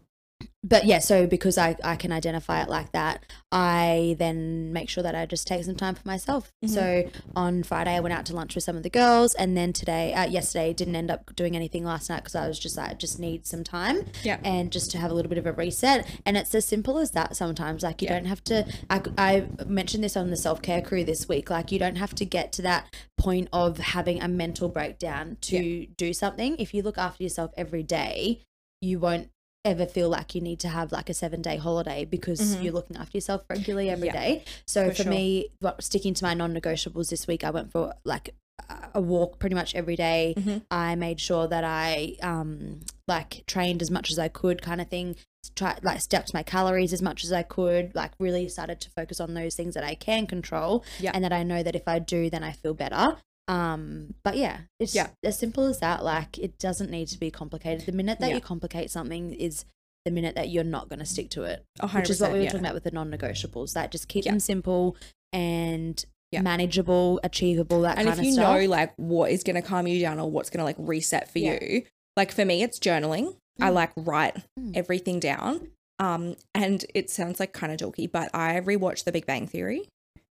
[SPEAKER 1] but yeah, so because I, I can identify it like that, I then make sure that I just take some time for myself. So on Friday, I went out to lunch with some of the girls, and then today, uh, yesterday, didn't end up doing anything last night because I was just like, I just need some time
[SPEAKER 2] Yeah.
[SPEAKER 1] and just to have a little bit of a reset. And it's as simple as that sometimes. Like, you
[SPEAKER 2] Yeah.
[SPEAKER 1] don't have to, I, I mentioned this on the self care crew this week, like, you don't have to get to that point of having a mental breakdown to do something. If you look after yourself every day, you won't ever feel like you need to have like a seven day holiday because
[SPEAKER 2] Mhm.
[SPEAKER 1] you're looking after yourself regularly every
[SPEAKER 2] Yeah,
[SPEAKER 1] day. So
[SPEAKER 2] for
[SPEAKER 1] for,
[SPEAKER 2] sure.
[SPEAKER 1] me, what, sticking to my non negotiables this week, I went for like a- a walk pretty much every day.
[SPEAKER 2] Mhm.
[SPEAKER 1] I made sure that I um like trained as much as I could, kind of thing. Try like stepped my calories as much as I could. Like really started to focus on those things that I can control,
[SPEAKER 2] Yeah.
[SPEAKER 1] and that I know that if I do, then I feel better. Um, but yeah, it's
[SPEAKER 2] Yeah.
[SPEAKER 1] as simple as that. Like it doesn't need to be complicated. The minute that
[SPEAKER 2] Yeah.
[SPEAKER 1] you complicate something is the minute that you're not going to stick to it
[SPEAKER 2] A hundred
[SPEAKER 1] which is what we were
[SPEAKER 2] percent, yeah.
[SPEAKER 1] talking about with the non-negotiables. That just keep
[SPEAKER 2] Yeah.
[SPEAKER 1] them simple and
[SPEAKER 2] Yeah.
[SPEAKER 1] manageable, achievable, that
[SPEAKER 2] and
[SPEAKER 1] kind
[SPEAKER 2] if you
[SPEAKER 1] of stuff.
[SPEAKER 2] know like what is going to calm you down or what's going to like reset for
[SPEAKER 1] Yeah.
[SPEAKER 2] you like for me it's journaling i
[SPEAKER 1] Mm.
[SPEAKER 2] like write
[SPEAKER 1] Mm.
[SPEAKER 2] everything down um and it sounds like kind of dorky but i rewatched the big bang theory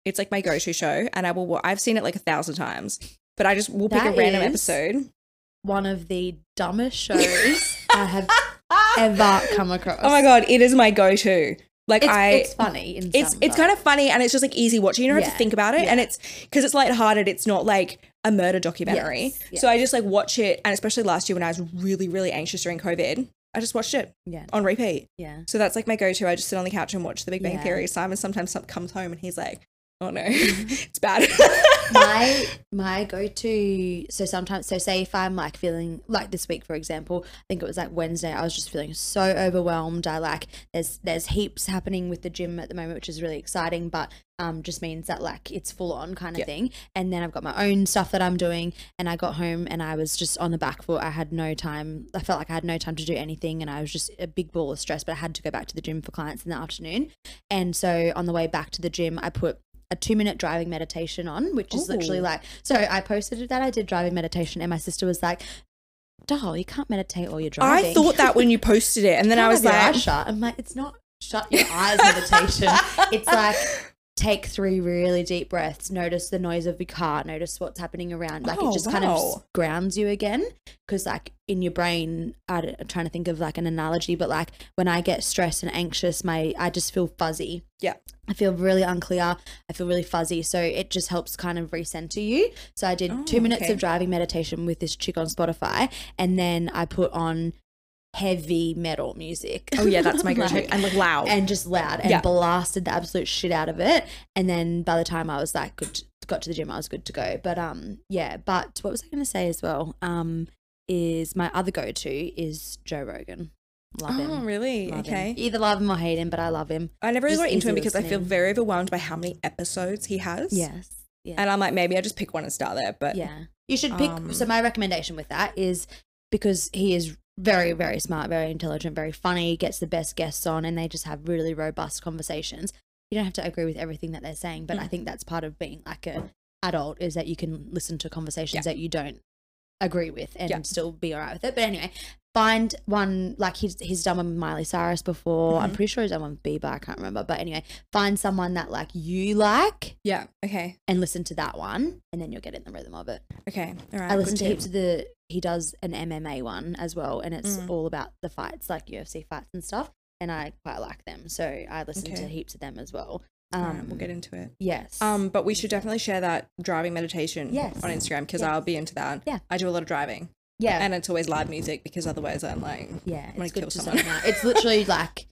[SPEAKER 2] it's like my go-to show and i will wa- i've seen it like a thousand times but i just will pick a
[SPEAKER 1] That
[SPEAKER 2] random
[SPEAKER 1] is-
[SPEAKER 2] episode
[SPEAKER 1] One of the (laughs) dumbest shows I (laughs) have ever come across.
[SPEAKER 2] oh my god it is my go-to like
[SPEAKER 1] It's,
[SPEAKER 2] i
[SPEAKER 1] it's funny. In
[SPEAKER 2] it's
[SPEAKER 1] some,
[SPEAKER 2] it's
[SPEAKER 1] but-
[SPEAKER 2] kind of funny and it's just like easy watching. You don't have to
[SPEAKER 1] Yeah.
[SPEAKER 2] think about it, and it's because it's lighthearted. It's not like a murder documentary.
[SPEAKER 1] Yes, yes.
[SPEAKER 2] So I just like watch it, and especially last year when I was really really anxious during COVID, I just watched it
[SPEAKER 1] yeah,
[SPEAKER 2] on repeat.
[SPEAKER 1] yeah.
[SPEAKER 2] So that's like my go-to. I just sit on the couch and watch The Big Bang
[SPEAKER 1] Yeah.
[SPEAKER 2] Theory. Simon sometimes some- comes home and he's like,
[SPEAKER 1] (laughs)
[SPEAKER 2] "Oh no, (laughs) it's bad."
[SPEAKER 1] my my go to so sometimes so say if I'm like feeling like this week for example I think it was like Wednesday I was just feeling so overwhelmed I like there's there's heaps happening with the gym at the moment which is really exciting but um just means that like it's full on kind of
[SPEAKER 2] Yeah.
[SPEAKER 1] thing and then I've got my own stuff that I'm doing and I got home and I was just on the back foot I had no time I felt like I had no time to do anything and I was just a big ball of stress but I had to go back to the gym for clients in the afternoon and so on the way back to the gym I put a two minute driving meditation on, which is literally
[SPEAKER 2] Ooh.
[SPEAKER 1] like, so I posted that I did driving meditation, and my sister was like, doll, you can't meditate while you're driving.
[SPEAKER 2] I thought that when you posted it, and then I was like,
[SPEAKER 1] eyes shut. I'm like, it's not shut your eyes meditation. It's like, take three really deep breaths, notice the noise of your car, notice what's happening around. Like,
[SPEAKER 2] Oh,
[SPEAKER 1] it just kind of s-
[SPEAKER 2] wow.
[SPEAKER 1] grounds you again. Because, like, in your brain, I d- I'm trying to think of like an analogy, but like, when I get stressed and anxious, my I just feel fuzzy. (laughs)
[SPEAKER 2] "Yeah,
[SPEAKER 1] I feel really unclear. I feel really fuzzy. So it just helps kind of recenter you. So I did
[SPEAKER 2] Oh,
[SPEAKER 1] two minutes
[SPEAKER 2] okay.
[SPEAKER 1] of driving meditation with this chick on Spotify, and then I put on heavy metal music. (laughs)
[SPEAKER 2] oh yeah, that's my go-to,"
[SPEAKER 1] Like,
[SPEAKER 2] and like loud.
[SPEAKER 1] and just loud and
[SPEAKER 2] Yeah.
[SPEAKER 1] blasted the absolute shit out of it. And then by the time I was like, good, to- got to the gym, I was good to go. But um, yeah. But what was I going to say as well? Um, is my other go-to is Joe Rogan. Love
[SPEAKER 2] oh
[SPEAKER 1] him.
[SPEAKER 2] really?
[SPEAKER 1] Love him.
[SPEAKER 2] okay.
[SPEAKER 1] Either love him or hate him, but I love him.
[SPEAKER 2] I never really
[SPEAKER 1] Just
[SPEAKER 2] got into him
[SPEAKER 1] easy
[SPEAKER 2] because I feel
[SPEAKER 1] listening.
[SPEAKER 2] very overwhelmed by how many episodes he has.
[SPEAKER 1] Yes. Yeah.
[SPEAKER 2] And I'm like, maybe I just pick one and start there. But
[SPEAKER 1] yeah you should pick
[SPEAKER 2] um,
[SPEAKER 1] so my recommendation with that is because he is very very smart very intelligent very funny gets the best guests on and they just have really robust conversations you don't have to agree with everything that they're saying but i
[SPEAKER 2] Mm.
[SPEAKER 1] think that's part of being like a adult is that you can listen to conversations that you don't agree with and
[SPEAKER 2] Yeah.
[SPEAKER 1] still be all right with it but anyway find one like he's he's done one with Miley Cyrus before.
[SPEAKER 2] Mm-hmm.
[SPEAKER 1] I'm pretty sure he's done one with Bieber. I can't remember, but anyway, find someone that like you like
[SPEAKER 2] yeah. Okay.
[SPEAKER 1] and listen to that one, and then you'll get in the rhythm of it.
[SPEAKER 2] Okay. All right.
[SPEAKER 1] I listen to
[SPEAKER 2] good
[SPEAKER 1] heaps of the he does an MMA one as well, and it's
[SPEAKER 2] Mm.
[SPEAKER 1] all about the fights, like UFC fights and stuff. And I quite like them, so I listen
[SPEAKER 2] Okay.
[SPEAKER 1] to heaps of them as well. Um,
[SPEAKER 2] All right, we'll get into it.
[SPEAKER 1] yes.
[SPEAKER 2] Um, but we should definitely share that driving meditation
[SPEAKER 1] Yes.
[SPEAKER 2] on Instagram because
[SPEAKER 1] Yes.
[SPEAKER 2] I'll be into that.
[SPEAKER 1] Yeah.
[SPEAKER 2] I do a lot of driving,
[SPEAKER 1] yeah,
[SPEAKER 2] and it's always loud music because otherwise I'm like,
[SPEAKER 1] yeah.
[SPEAKER 2] gonna
[SPEAKER 1] It's good
[SPEAKER 2] kill
[SPEAKER 1] to
[SPEAKER 2] someone.
[SPEAKER 1] zone out. It's
[SPEAKER 2] (laughs)
[SPEAKER 1] literally like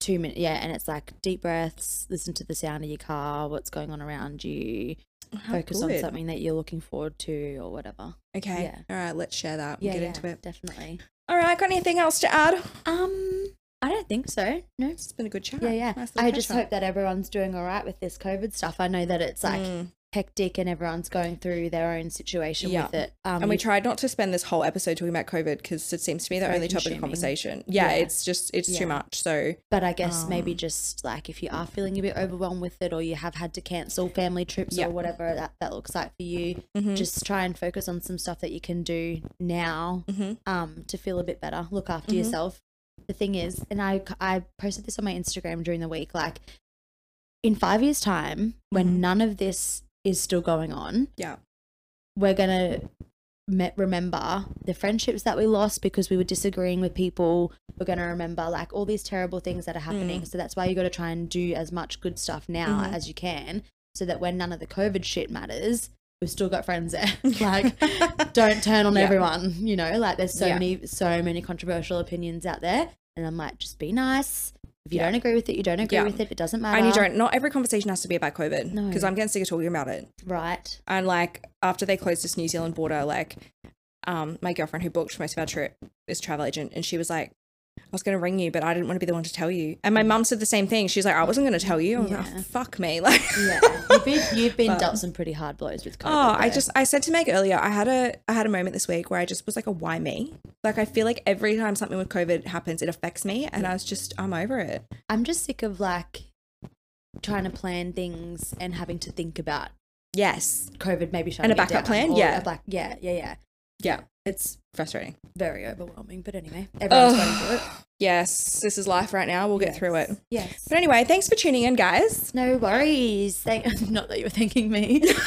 [SPEAKER 1] two minutes. Yeah, and it's like deep breaths. Listen to the sound of your car. What's going on around you?
[SPEAKER 2] how
[SPEAKER 1] Focus on
[SPEAKER 2] Oh, good.
[SPEAKER 1] something that you're looking forward to, or whatever.
[SPEAKER 2] Okay.
[SPEAKER 1] Yeah.
[SPEAKER 2] All right. Let's share that. We'll
[SPEAKER 1] Yeah,
[SPEAKER 2] get
[SPEAKER 1] yeah,
[SPEAKER 2] into it.
[SPEAKER 1] definitely.
[SPEAKER 2] All right. Got anything else to add?
[SPEAKER 1] Um, I don't think so. No.
[SPEAKER 2] It's been a good chat.
[SPEAKER 1] Yeah, yeah.
[SPEAKER 2] Nice little
[SPEAKER 1] I just
[SPEAKER 2] catch up.
[SPEAKER 1] hope that everyone's doing all right with this COVID stuff. I know that it's like
[SPEAKER 2] Mm.
[SPEAKER 1] hectic and everyone's going through their own situation
[SPEAKER 2] Yeah.
[SPEAKER 1] with it. Um,
[SPEAKER 2] and we
[SPEAKER 1] you-
[SPEAKER 2] tried not to spend this whole episode talking about COVID because it seems to be the
[SPEAKER 1] Very
[SPEAKER 2] only topic of
[SPEAKER 1] consuming.
[SPEAKER 2] conversation. Yeah,
[SPEAKER 1] Yeah.
[SPEAKER 2] it's just it's too
[SPEAKER 1] Yeah.
[SPEAKER 2] much. So
[SPEAKER 1] but I guess maybe
[SPEAKER 2] um,
[SPEAKER 1] just like if you are feeling a bit overwhelmed with it or you have had to cancel family trips
[SPEAKER 2] Yeah.
[SPEAKER 1] or whatever that, that looks like for you,
[SPEAKER 2] Mhm.
[SPEAKER 1] just try and focus on some stuff that you can do now
[SPEAKER 2] Mhm.
[SPEAKER 1] um, to feel a bit better. Look after
[SPEAKER 2] Mhm.
[SPEAKER 1] yourself. the thing is, and I I posted this on my Instagram during the week. Like, in five years' time, when
[SPEAKER 2] Mhm.
[SPEAKER 1] none of this is still going on,
[SPEAKER 2] Yeah.
[SPEAKER 1] we're gonna me- remember the friendships that we lost because we were disagreeing with people. We're gonna remember like all these terrible things that are
[SPEAKER 2] Mm.
[SPEAKER 1] happening. So that's why you got to try and do as much good stuff now
[SPEAKER 2] Mhm.
[SPEAKER 1] as you can, so that when none of the COVID shit matters, we've still got friends there. (laughs) like
[SPEAKER 2] (laughs)
[SPEAKER 1] don't turn on
[SPEAKER 2] Yeah.
[SPEAKER 1] everyone you know like there's so
[SPEAKER 2] Yeah.
[SPEAKER 1] many so many controversial opinions out there and i'm like just be nice if you
[SPEAKER 2] Yeah.
[SPEAKER 1] don't agree with it you don't agree
[SPEAKER 2] Yeah.
[SPEAKER 1] with it it doesn't matter
[SPEAKER 2] and you don't. Not every conversation has to be about COVID.
[SPEAKER 1] No.
[SPEAKER 2] Because I'm getting sick of talking about it.
[SPEAKER 1] right
[SPEAKER 2] And like after they closed this New Zealand border, like um, my girlfriend who booked most of our trip is a travel agent, and she was like, "I was going to ring you, but I didn't want to be the one to tell you." And my mum said the same thing. She's like, "I wasn't going to tell you." I'm like,
[SPEAKER 1] Yeah.
[SPEAKER 2] "Oh, "Fuck me!" (laughs)
[SPEAKER 1] (laughs) yeah you've
[SPEAKER 2] Like,
[SPEAKER 1] been, you've been
[SPEAKER 2] But-
[SPEAKER 1] dealt some pretty hard blows with COVID,
[SPEAKER 2] Oh, I
[SPEAKER 1] though.
[SPEAKER 2] just I said to Meg earlier, I had a I had a moment this week where I just was like a why me? Like I feel like every time something with COVID happens, it affects me and I was just I'm over it.
[SPEAKER 1] i'm just sick of like trying to plan things and having to think about
[SPEAKER 2] Yes.
[SPEAKER 1] covid maybe shutting
[SPEAKER 2] And a
[SPEAKER 1] it down
[SPEAKER 2] backup plan?
[SPEAKER 1] or
[SPEAKER 2] Yeah.
[SPEAKER 1] a black, yeah yeah yeah
[SPEAKER 2] Yeah. It's frustrating.
[SPEAKER 1] very overwhelming but anyway everyone's going through it
[SPEAKER 2] Yes. This is life right now. We'll get through it.
[SPEAKER 1] yes
[SPEAKER 2] But anyway, thanks for tuning in, guys.
[SPEAKER 1] no worries Thank- (laughs) not that you were thanking me
[SPEAKER 2] (laughs)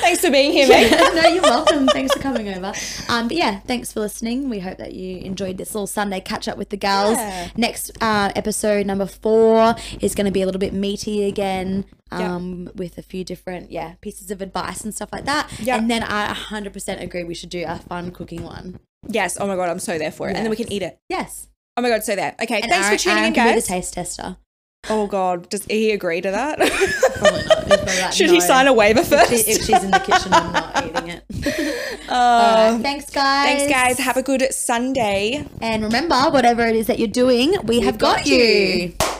[SPEAKER 2] Thanks for being here, Meg.
[SPEAKER 1] Yeah, (laughs) no, you're welcome. Thanks for coming over. Um, but yeah, thanks for listening. We hope that you enjoyed this little Sunday catch up with the gals.
[SPEAKER 2] Yeah.
[SPEAKER 1] Next uh, episode number four is going to be a little bit meaty again,
[SPEAKER 2] Yeah.
[SPEAKER 1] um, with a few different yeah pieces of advice and stuff like that.
[SPEAKER 2] Yeah.
[SPEAKER 1] And then I 100% agree we should do a fun cooking one.
[SPEAKER 2] (laughs) Yes. Oh my god, I'm so there for it. And then we can eat it.
[SPEAKER 1] Yes.
[SPEAKER 2] Oh my god, so there. Okay,
[SPEAKER 1] And
[SPEAKER 2] thanks
[SPEAKER 1] Aaron-
[SPEAKER 2] for tuning
[SPEAKER 1] Aaron
[SPEAKER 2] in,
[SPEAKER 1] can be the
[SPEAKER 2] guys.
[SPEAKER 1] taste tester.
[SPEAKER 2] Oh god, does he agree to that? (laughs)
[SPEAKER 1] Probably not. He's probably like,
[SPEAKER 2] Should
[SPEAKER 1] "No."
[SPEAKER 2] he sign a waiver
[SPEAKER 1] If
[SPEAKER 2] first?
[SPEAKER 1] she- if she's in the kitchen, I'm not eating it. All
[SPEAKER 2] (laughs) Oh.
[SPEAKER 1] right, thanks, guys.
[SPEAKER 2] Thanks, guys. Have a good Sunday.
[SPEAKER 1] And remember, whatever it is that you're doing, we have got,
[SPEAKER 2] got
[SPEAKER 1] you.
[SPEAKER 2] you.